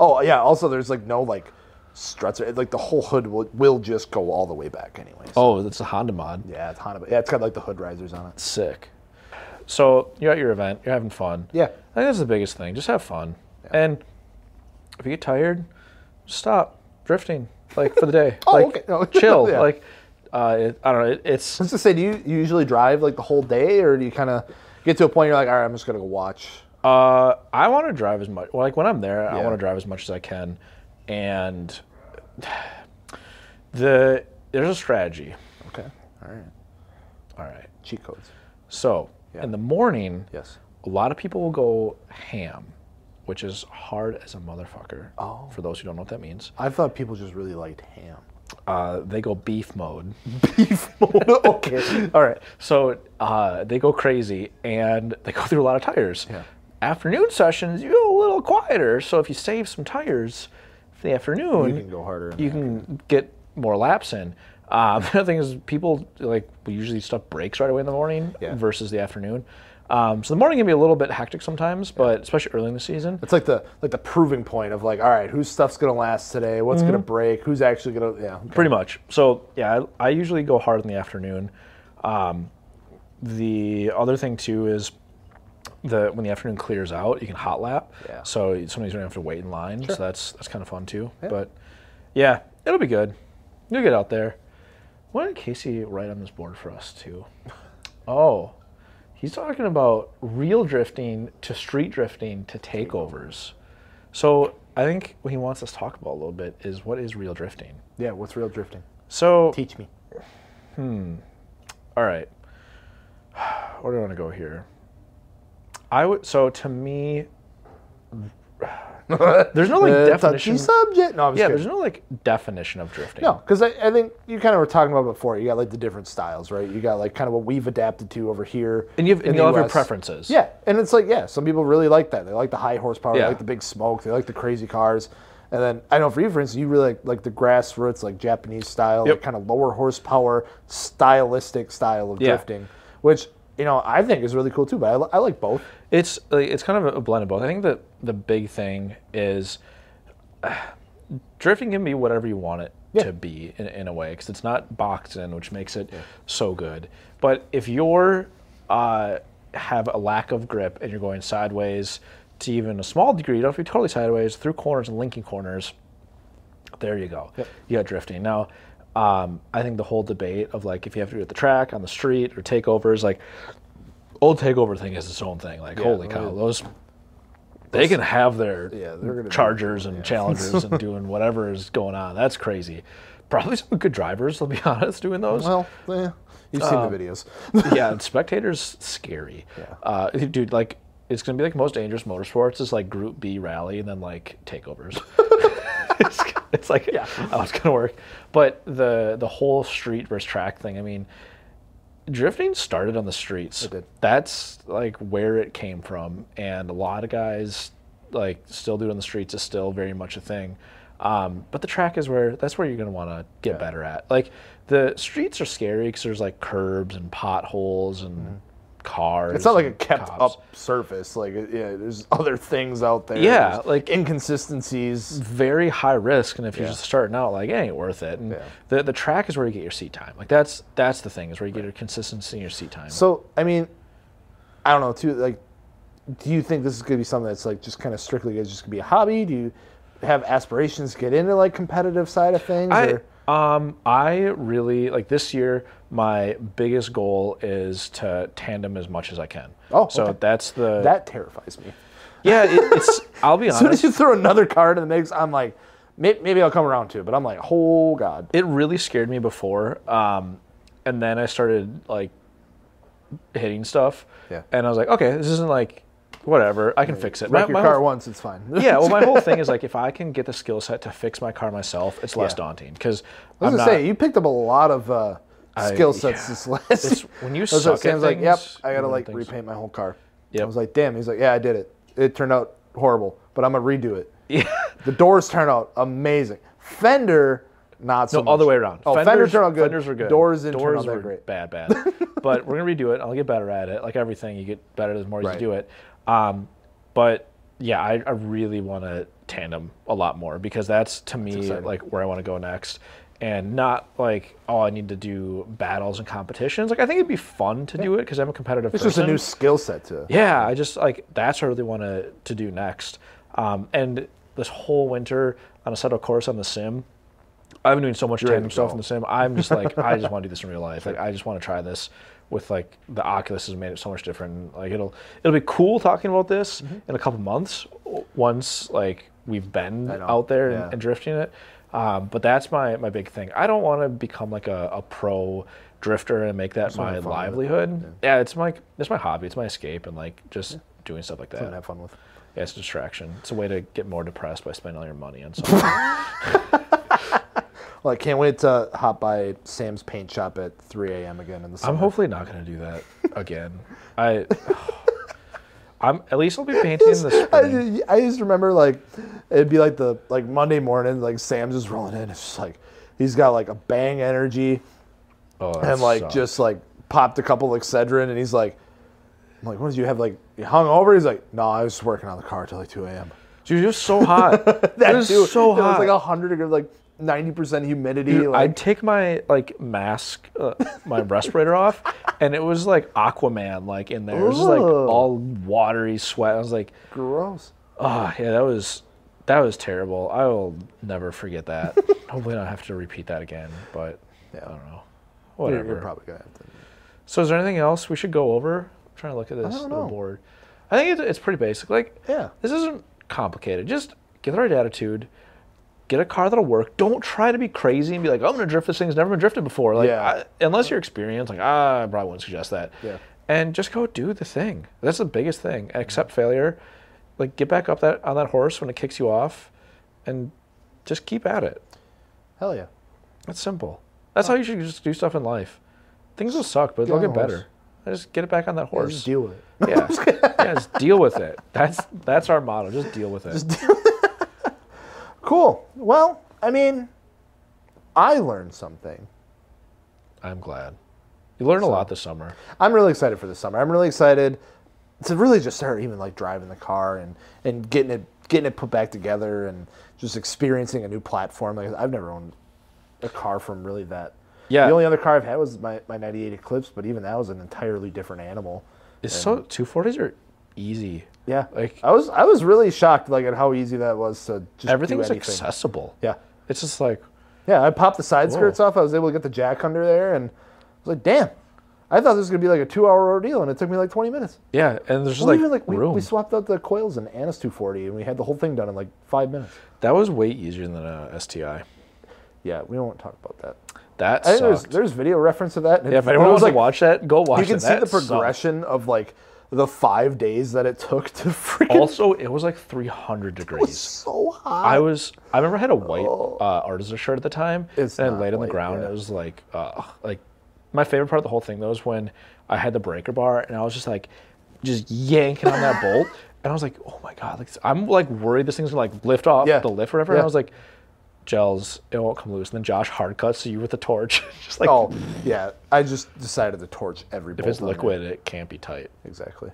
Speaker 1: oh yeah. Also, there's like no like struts. or- Like the whole hood will, will just go all the way back anyways.
Speaker 2: Oh, that's a Honda mod.
Speaker 1: Yeah, it's Hannah. Yeah, it's got like the hood risers on it.
Speaker 2: Sick. So you're at your event, you're having fun.
Speaker 1: Yeah.
Speaker 2: I think that's the biggest thing. Just have fun. And if you get tired, stop drifting, like for the day.
Speaker 1: *laughs* Oh,
Speaker 2: like,
Speaker 1: okay. No,
Speaker 2: chill.
Speaker 1: yeah.
Speaker 2: Like, uh, it, I don't know. It, it's
Speaker 1: I was gonna say, do you, you usually drive like the whole day, or do you kind of get to a point you're like, all right, I'm just gonna go watch?
Speaker 2: Uh, I want to drive as much. Well, like when I'm there, I
Speaker 1: Yeah.
Speaker 2: want to drive as much as I can, and *sighs* the there's a strategy.
Speaker 1: Okay, all right.
Speaker 2: All right.
Speaker 1: Cheat codes.
Speaker 2: So
Speaker 1: Yeah.
Speaker 2: in the morning,
Speaker 1: Yes.
Speaker 2: a lot of people will go ham, which is hard as a motherfucker.
Speaker 1: Oh.
Speaker 2: For those who don't know what that means,
Speaker 1: I thought people just really liked *laughs* ham.
Speaker 2: uh, they go beef mode.
Speaker 1: Beef mode.
Speaker 2: *laughs*
Speaker 1: okay. All right.
Speaker 2: So uh, they go crazy and they go through a lot of tires.
Speaker 1: Yeah.
Speaker 2: Afternoon sessions, you go a little quieter. So if you save some tires for the afternoon,
Speaker 1: You can go harder in
Speaker 2: You
Speaker 1: the
Speaker 2: can get more laps in. Um, *laughs* the other thing is, people like we usually stuff breaks right away in the morning
Speaker 1: Yeah.
Speaker 2: versus the afternoon. Um, so the morning can be a little bit hectic sometimes, but especially early in the season.
Speaker 1: It's like the like the proving point of like, all right, whose stuff's gonna last today? What's gonna break? Who's actually gonna? Yeah. okay.
Speaker 2: Pretty much. So yeah, I, I usually go hard in the afternoon. Um, the other thing too is the when the afternoon clears out, you can hot lap.
Speaker 1: Yeah.
Speaker 2: So sometimes you don't have to wait in line. So that's that's kind of fun too. But yeah, it'll be good. You'll get out there. What did Casey write on this board for us too? *laughs* Oh, he's talking about real drifting to street drifting to takeovers. So I think what he wants us to talk about a little bit is what is real drifting.
Speaker 1: Yeah. What's real drifting?
Speaker 2: So
Speaker 1: Teach me.
Speaker 2: All right. *sighs* Where do I want to go here? I would so to
Speaker 1: *laughs*
Speaker 2: me there's no like
Speaker 1: Uh,
Speaker 2: definition.
Speaker 1: Touchy subject. No, I'm just
Speaker 2: Yeah,
Speaker 1: kidding.
Speaker 2: there's no like definition of drifting.
Speaker 1: No, because I, I think you kind of were talking about before. You got like the different styles, right? You got like kind of what we've adapted to over here.
Speaker 2: And you've
Speaker 1: in
Speaker 2: and
Speaker 1: the
Speaker 2: you'll have your
Speaker 1: US.
Speaker 2: preferences.
Speaker 1: Yeah, and it's like yeah, some people really like that. They like the high horsepower, they
Speaker 2: Yeah.
Speaker 1: like the big smoke, they like the crazy cars. And then I know for you, for instance, you really like, like the grassroots, like Japanese style,
Speaker 2: Yep.
Speaker 1: like kind of lower horsepower, stylistic style of
Speaker 2: Yeah.
Speaker 1: drifting, which you know I think is really cool too. But I, li- I like both.
Speaker 2: It's like, it's kind of a blend of both. I think that the big thing is uh, drifting can be whatever you want it
Speaker 1: Yeah.
Speaker 2: to be in, in a way because it's not boxed in, which makes it so good. But if you're uh, have a lack of grip and you're going sideways to even a small degree, you don't have to be totally sideways through corners and linking corners. There you go. You got drifting. Now, um, I think the whole debate of like if you have to do it at the track, on the street, or takeovers, like old takeover thing is its own thing. Like holy cow, those they can have their
Speaker 1: oh, Yeah, they're gonna be-
Speaker 2: chargers and challengers and doing whatever is going on. That's crazy. Probably some good drivers, I'll be *laughs* honest, doing those.
Speaker 1: Well, eh, you've seen
Speaker 2: Uh,
Speaker 1: the videos. *laughs*
Speaker 2: yeah, and spectators scary. Uh, dude, like it's gonna be like most dangerous motorsports is like Group B rally and then like takeovers. *laughs* it's, it's like yeah, how it's gonna work. But the the whole street versus track thing. I mean, drifting started on the streets.
Speaker 1: did.
Speaker 2: That's like where it came from, and a lot of guys like still do it on the streets is still very much a thing. Um, but the track is where that's where you're gonna want to get better at. Like the streets are scary because there's like curbs and potholes and cars.
Speaker 1: Mm-hmm. It's not like a
Speaker 2: and
Speaker 1: kept
Speaker 2: cops.
Speaker 1: up surface. Like it- yeah, there's other things out there.
Speaker 2: Yeah,
Speaker 1: There's
Speaker 2: like-
Speaker 1: inconsistencies.
Speaker 2: very high risk, and if you're just starting out, like it ain't worth it. And
Speaker 1: Yeah.
Speaker 2: the the track is where you get your seat time. Like that's that's the thing is where you get your consistency in your seat time.
Speaker 1: So I mean, I don't know. Too like, do you think this is gonna be something that's like just kind of strictly is just gonna be a hobby? Do you have aspirations to get into like competitive side of things?
Speaker 2: I
Speaker 1: or?
Speaker 2: um I really like this year. My biggest goal is to tandem as much as I can.
Speaker 1: Oh,
Speaker 2: so
Speaker 1: okay.
Speaker 2: that's the
Speaker 1: That terrifies me.
Speaker 2: *laughs* yeah. It, it's I'll
Speaker 1: *laughs*
Speaker 2: be
Speaker 1: As soon as
Speaker 2: honest.
Speaker 1: you throw another card in the mix, I'm like, may- maybe I'll come around to it. But I'm like, oh god.
Speaker 2: It really scared me before, um, and then I started like hitting stuff.
Speaker 1: Yeah.
Speaker 2: And I was like, okay, this isn't like whatever. I can fix it. My-
Speaker 1: Wreck your
Speaker 2: my
Speaker 1: car
Speaker 2: whole-
Speaker 1: once, it's fine. *laughs*
Speaker 2: yeah, well, my whole thing is like if I can get the skill set to fix my car myself, it's less
Speaker 1: Yeah.
Speaker 2: daunting because
Speaker 1: I was gonna
Speaker 2: I'm not.
Speaker 1: say you picked up a lot of uh, skill sets
Speaker 2: yeah.
Speaker 1: this *laughs* last.
Speaker 2: It's- when you
Speaker 1: That's what
Speaker 2: suck at
Speaker 1: Sam's like, yep,
Speaker 2: things,
Speaker 1: I
Speaker 2: you
Speaker 1: gotta
Speaker 2: learn
Speaker 1: like
Speaker 2: things."
Speaker 1: repaint my whole car.
Speaker 2: Yep.
Speaker 1: I was like, damn. He's like, yeah, I did it. It turned out horrible, but I'm gonna redo it.
Speaker 2: *laughs* Yeah.
Speaker 1: The doors turned out amazing. Fender, not so.
Speaker 2: No, all the
Speaker 1: much.
Speaker 2: way around.
Speaker 1: Oh, fenders, turned out good.
Speaker 2: Fenders were good.
Speaker 1: Doors didn't turn
Speaker 2: Doors
Speaker 1: out that
Speaker 2: were
Speaker 1: great.
Speaker 2: Bad,
Speaker 1: *laughs*
Speaker 2: bad. but we're gonna redo it. I'll get better at it. Like everything, you get better the more
Speaker 1: Right.
Speaker 2: you do it. Um, but yeah, I, I really want to tandem a lot more because that's to me
Speaker 1: exciting.
Speaker 2: like where I want to go next, and not like oh I need to do battles and competitions. Like I think it'd be fun to do it because I'm a competitive.
Speaker 1: It's just a
Speaker 2: person.
Speaker 1: new skill set to.
Speaker 2: Yeah, I just like that's what I really want to to do next. Um, and this whole winter on a set of course on the sim, I've been doing so much
Speaker 1: ready
Speaker 2: tandem
Speaker 1: to
Speaker 2: stuff
Speaker 1: go.
Speaker 2: on the sim. I'm just like
Speaker 1: *laughs*
Speaker 2: I just want to do this in real life. Like I just want to try this with like the Oculus has made it so much different. Like it'll it'll be cool talking about this
Speaker 1: Mm-hmm.
Speaker 2: in a couple months o- once like we've been
Speaker 1: I know,
Speaker 2: out there and,
Speaker 1: yeah.
Speaker 2: and drifting it. Um, but that's my my big thing. I don't want to become like a, a pro drifter and make that
Speaker 1: wanna
Speaker 2: my
Speaker 1: have fun with it.
Speaker 2: livelihood. Yeah. it's my it's my hobby. It's my escape and like just doing stuff like
Speaker 1: And
Speaker 2: that.
Speaker 1: have fun with.
Speaker 2: Yeah, it's a distraction. It's a way to get more depressed by spending all your money on
Speaker 1: *laughs*
Speaker 2: something.
Speaker 1: Well, I can't wait to hop by Sam's paint shop at 3 a.m. again in the summer.
Speaker 2: I'm hopefully not going to do that again. *laughs* I. *sighs* I'm at least I'll be painting in the
Speaker 1: *laughs* I,
Speaker 2: spring.
Speaker 1: ju- I just remember like it'd be like the like Monday morning, like Sam's just rolling in. It's just like he's got like a bang energy
Speaker 2: Oh, that
Speaker 1: and like
Speaker 2: sucks.
Speaker 1: just like popped a couple Excedrin, and he's like, I'm like, what did you have? Like you hung over? He's like, no, I was just working on the car till like 2 a.m.
Speaker 2: dude, it was so hot.
Speaker 1: *laughs* That
Speaker 2: it was
Speaker 1: dude-
Speaker 2: so
Speaker 1: It was
Speaker 2: hot.
Speaker 1: like hundred degrees, like 90 percent humidity.
Speaker 2: Dude,
Speaker 1: like,
Speaker 2: I'd take my like mask, uh,
Speaker 1: *laughs*
Speaker 2: my respirator off, and it was like Aquaman, like in there. It was just, like
Speaker 1: Ooh.
Speaker 2: all watery sweat. I was like,
Speaker 1: gross.
Speaker 2: oh yeah, that was that was terrible. I will never forget that. Hopefully, not have to repeat that again. But
Speaker 1: Yeah.
Speaker 2: I don't know.
Speaker 1: You're-
Speaker 2: Whatever.
Speaker 1: You're, probably gonna have to.
Speaker 2: so, is there anything else we should go over? I'm trying to look at this
Speaker 1: don't
Speaker 2: little
Speaker 1: know.
Speaker 2: board. I think it's, it's pretty basic. Like,
Speaker 1: Yeah.
Speaker 2: this isn't complicated. Just get the right attitude. Get a car that'll work. Don't try to be crazy and be like, "Oh, I'm going to drift this thing's never been drifted before. Like,
Speaker 1: Yeah.
Speaker 2: I- unless you're experienced, like, ah, I probably wouldn't suggest that.
Speaker 1: Yeah.
Speaker 2: And just go do the thing. That's the biggest thing. Accept failure. Like, get back up that on that horse when it kicks you off, and just keep at it.
Speaker 1: Hell yeah.
Speaker 2: That's simple. That's how you should just do stuff in life. Things will suck, but they'll
Speaker 1: on
Speaker 2: get
Speaker 1: the horse.
Speaker 2: better. Just get it back on that
Speaker 1: Or
Speaker 2: horse.
Speaker 1: just deal with it.
Speaker 2: Yeah,
Speaker 1: *laughs*
Speaker 2: yeah, just deal with it. That's that's our motto. Just deal with it.
Speaker 1: Cool. Well, I mean, I learned something.
Speaker 2: I'm glad. You learn a lot this summer.
Speaker 1: I'm really excited for this summer. I'm really excited to really just start even like driving the car and and getting it getting it put back together and just experiencing a new platform. Like I've never owned a car from really that.
Speaker 2: Yeah.
Speaker 1: The only other car I've had was my, my 98 Eclipse, but even that was an entirely different animal.
Speaker 2: It's so two forties are easy.
Speaker 1: Yeah.
Speaker 2: Like
Speaker 1: I was I was really shocked like at how easy that was to just
Speaker 2: everything's
Speaker 1: do anything.
Speaker 2: accessible.
Speaker 1: Yeah.
Speaker 2: It's just like
Speaker 1: Yeah, I popped the side
Speaker 2: Whoa.
Speaker 1: skirts off. I was able to get the jack under there, and I was like, "Damn!" I thought this was gonna be like a two-hour ordeal, and it took me like 20 minutes.
Speaker 2: yeah, and there's just
Speaker 1: Well,
Speaker 2: like,
Speaker 1: even like we,
Speaker 2: room.
Speaker 1: we swapped out the coils in Anna's 240, and we had the whole thing done in like five minutes.
Speaker 2: that was way easier than uh, a STI.
Speaker 1: Yeah, we won't talk about that.
Speaker 2: That
Speaker 1: I think there's
Speaker 2: sucked.
Speaker 1: there's video reference of that. and
Speaker 2: Yeah,
Speaker 1: it-
Speaker 2: if anyone
Speaker 1: it
Speaker 2: wants
Speaker 1: was,
Speaker 2: to watch that, go watch
Speaker 1: you can
Speaker 2: it.
Speaker 1: see the
Speaker 2: That sucked.
Speaker 1: progression of like the five days that it took to *laughs* freaking.
Speaker 2: Also, it was like 300 degrees.
Speaker 1: so hot.
Speaker 2: I was. I remember I had a white uh, artisan shirt at the time,
Speaker 1: oh. It's
Speaker 2: and I
Speaker 1: not
Speaker 2: laid on the
Speaker 1: white,
Speaker 2: ground.
Speaker 1: yeah.
Speaker 2: And it was like, uh, like my favorite part of the whole thing though was when I had the breaker bar, and I was just like, just yanking on that
Speaker 1: *laughs*
Speaker 2: bolt, and I was like, oh my god, like I'm like worried this thing's gonna like lift off
Speaker 1: Yeah.
Speaker 2: the lift or whatever. And
Speaker 1: Yeah.
Speaker 2: I was like, gels, it won't come loose. And then Josh hard cuts you with the torch. *laughs* just like
Speaker 1: oh, yeah. I just decided to torch every
Speaker 2: if
Speaker 1: bolt
Speaker 2: it's
Speaker 1: on
Speaker 2: liquid, it can't be tight.
Speaker 1: there. Exactly.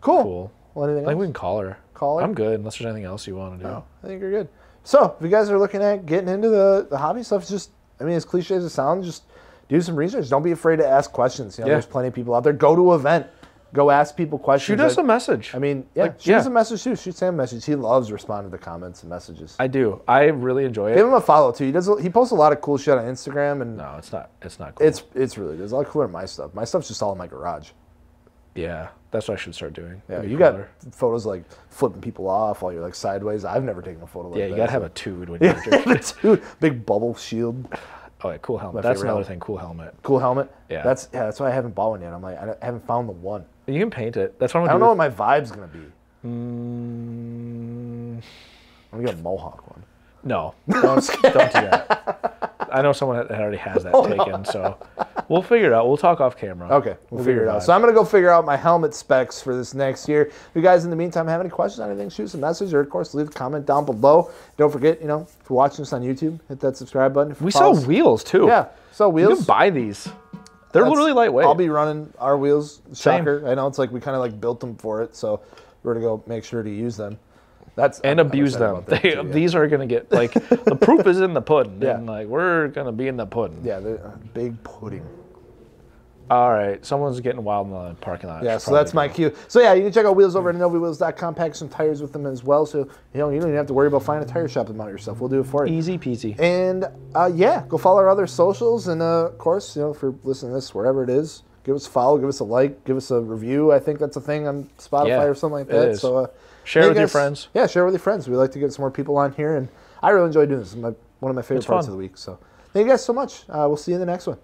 Speaker 1: Cool.
Speaker 2: Cool.
Speaker 1: Well, anything
Speaker 2: I think
Speaker 1: else?
Speaker 2: we can call her.
Speaker 1: Call her? Oh.
Speaker 2: I'm good. Unless there's anything else you want to do.
Speaker 1: No, I think you're good. So, if you guys are looking at getting into the, the hobby stuff, just, I mean, as cliche as it sounds, just do some research. Don't be afraid to ask questions. You know,
Speaker 2: Yeah.
Speaker 1: there's plenty of people out there. Go to an event, go ask people questions.
Speaker 2: Shoot us
Speaker 1: I-
Speaker 2: a message.
Speaker 1: I mean, yeah,
Speaker 2: Like,
Speaker 1: shoot us
Speaker 2: yeah.
Speaker 1: a message too. Shoot Sam a message. He loves responding to comments and messages.
Speaker 2: I do. I really enjoy
Speaker 1: Give
Speaker 2: it.
Speaker 1: him a follow too. He does. He posts a lot of cool shit on Instagram, and
Speaker 2: No, it's not. It's not cool.
Speaker 1: it's it's really good. It's a lot cooler than my stuff. My stuff's just all in my garage.
Speaker 2: yeah. That's what I should start doing.
Speaker 1: Yeah,
Speaker 2: It'd be
Speaker 1: you
Speaker 2: cooler.
Speaker 1: got photos like flipping people off while you're like sideways. I've never taken a photo like
Speaker 2: Yeah, you
Speaker 1: that.
Speaker 2: gotta have a
Speaker 1: *laughs*
Speaker 2: tood when you're. drinking.
Speaker 1: Dude, big bubble shield.
Speaker 2: Oh, yeah, cool helmet. That's
Speaker 1: favorite
Speaker 2: another
Speaker 1: helmet.
Speaker 2: thing. Cool helmet.
Speaker 1: cool helmet.
Speaker 2: Yeah.
Speaker 1: That's yeah. That's why I haven't bought one yet. I'm like I don't- I haven't found the one.
Speaker 2: You can paint it. That's what I'm
Speaker 1: I don't
Speaker 2: gonna
Speaker 1: know
Speaker 2: do.
Speaker 1: what my vibe's gonna be.
Speaker 2: Mm,
Speaker 1: I'm gonna get a mohawk one.
Speaker 2: *laughs* no,
Speaker 1: *laughs*
Speaker 2: don't, don't do that. I know someone that already
Speaker 1: *laughs*
Speaker 2: has that taken, so we'll figure it out. We'll talk off camera.
Speaker 1: Okay, we'll, figure it out. So I'm gonna go figure out my helmet specs for this next year. If you guys, in the meantime, have any questions on anything, shoot us a message, or of course, leave a comment down below. Don't forget, you know, if you're watching this on YouTube, hit that subscribe button. If you
Speaker 2: we
Speaker 1: follow
Speaker 2: sell
Speaker 1: us-
Speaker 2: wheels too.
Speaker 1: Yeah, sell
Speaker 2: you
Speaker 1: wheels.
Speaker 2: can buy these. They're
Speaker 1: That's-
Speaker 2: really lightweight.
Speaker 1: I'll be running our wheels.
Speaker 2: Same.
Speaker 1: Shocker. I know it's like we kind of like built them for it, so we're gonna go make sure to use them. That's
Speaker 2: and
Speaker 1: I'm- I'm
Speaker 2: abuse
Speaker 1: excited
Speaker 2: them.
Speaker 1: about that
Speaker 2: They-
Speaker 1: too, yeah.
Speaker 2: These are gonna get like
Speaker 1: *laughs*
Speaker 2: the proof is in the pudding.
Speaker 1: Yeah.
Speaker 2: And like we're gonna be in the pudding.
Speaker 1: Yeah, they're a big pudding.
Speaker 2: All right. Someone's getting wild in the parking lot.
Speaker 1: Yeah,
Speaker 2: Should
Speaker 1: so that's
Speaker 2: probably
Speaker 1: my cue. So yeah, you can check out Wheels over at novawheels.com, pack some tires with them as well. So you know you don't even have to worry about finding a tire shop to mount yourself. We'll do it for you.
Speaker 2: easy peasy.
Speaker 1: And uh, yeah, go follow our other socials, and uh, of course, you know, if you're listening to this wherever it is, give us a follow, give us a like, give us a review. I think that's a thing on Spotify
Speaker 2: Yeah,
Speaker 1: or something like
Speaker 2: it
Speaker 1: that.
Speaker 2: is.
Speaker 1: So uh,
Speaker 2: Share
Speaker 1: hey,
Speaker 2: with your friends.
Speaker 1: Yeah, share with your friends. We like to get some more people on here, and I really enjoy doing this. It's my, one of my favorite
Speaker 2: It's
Speaker 1: parts
Speaker 2: fun.
Speaker 1: of the week. So thank you guys so much. Uh, we'll see you in the next one.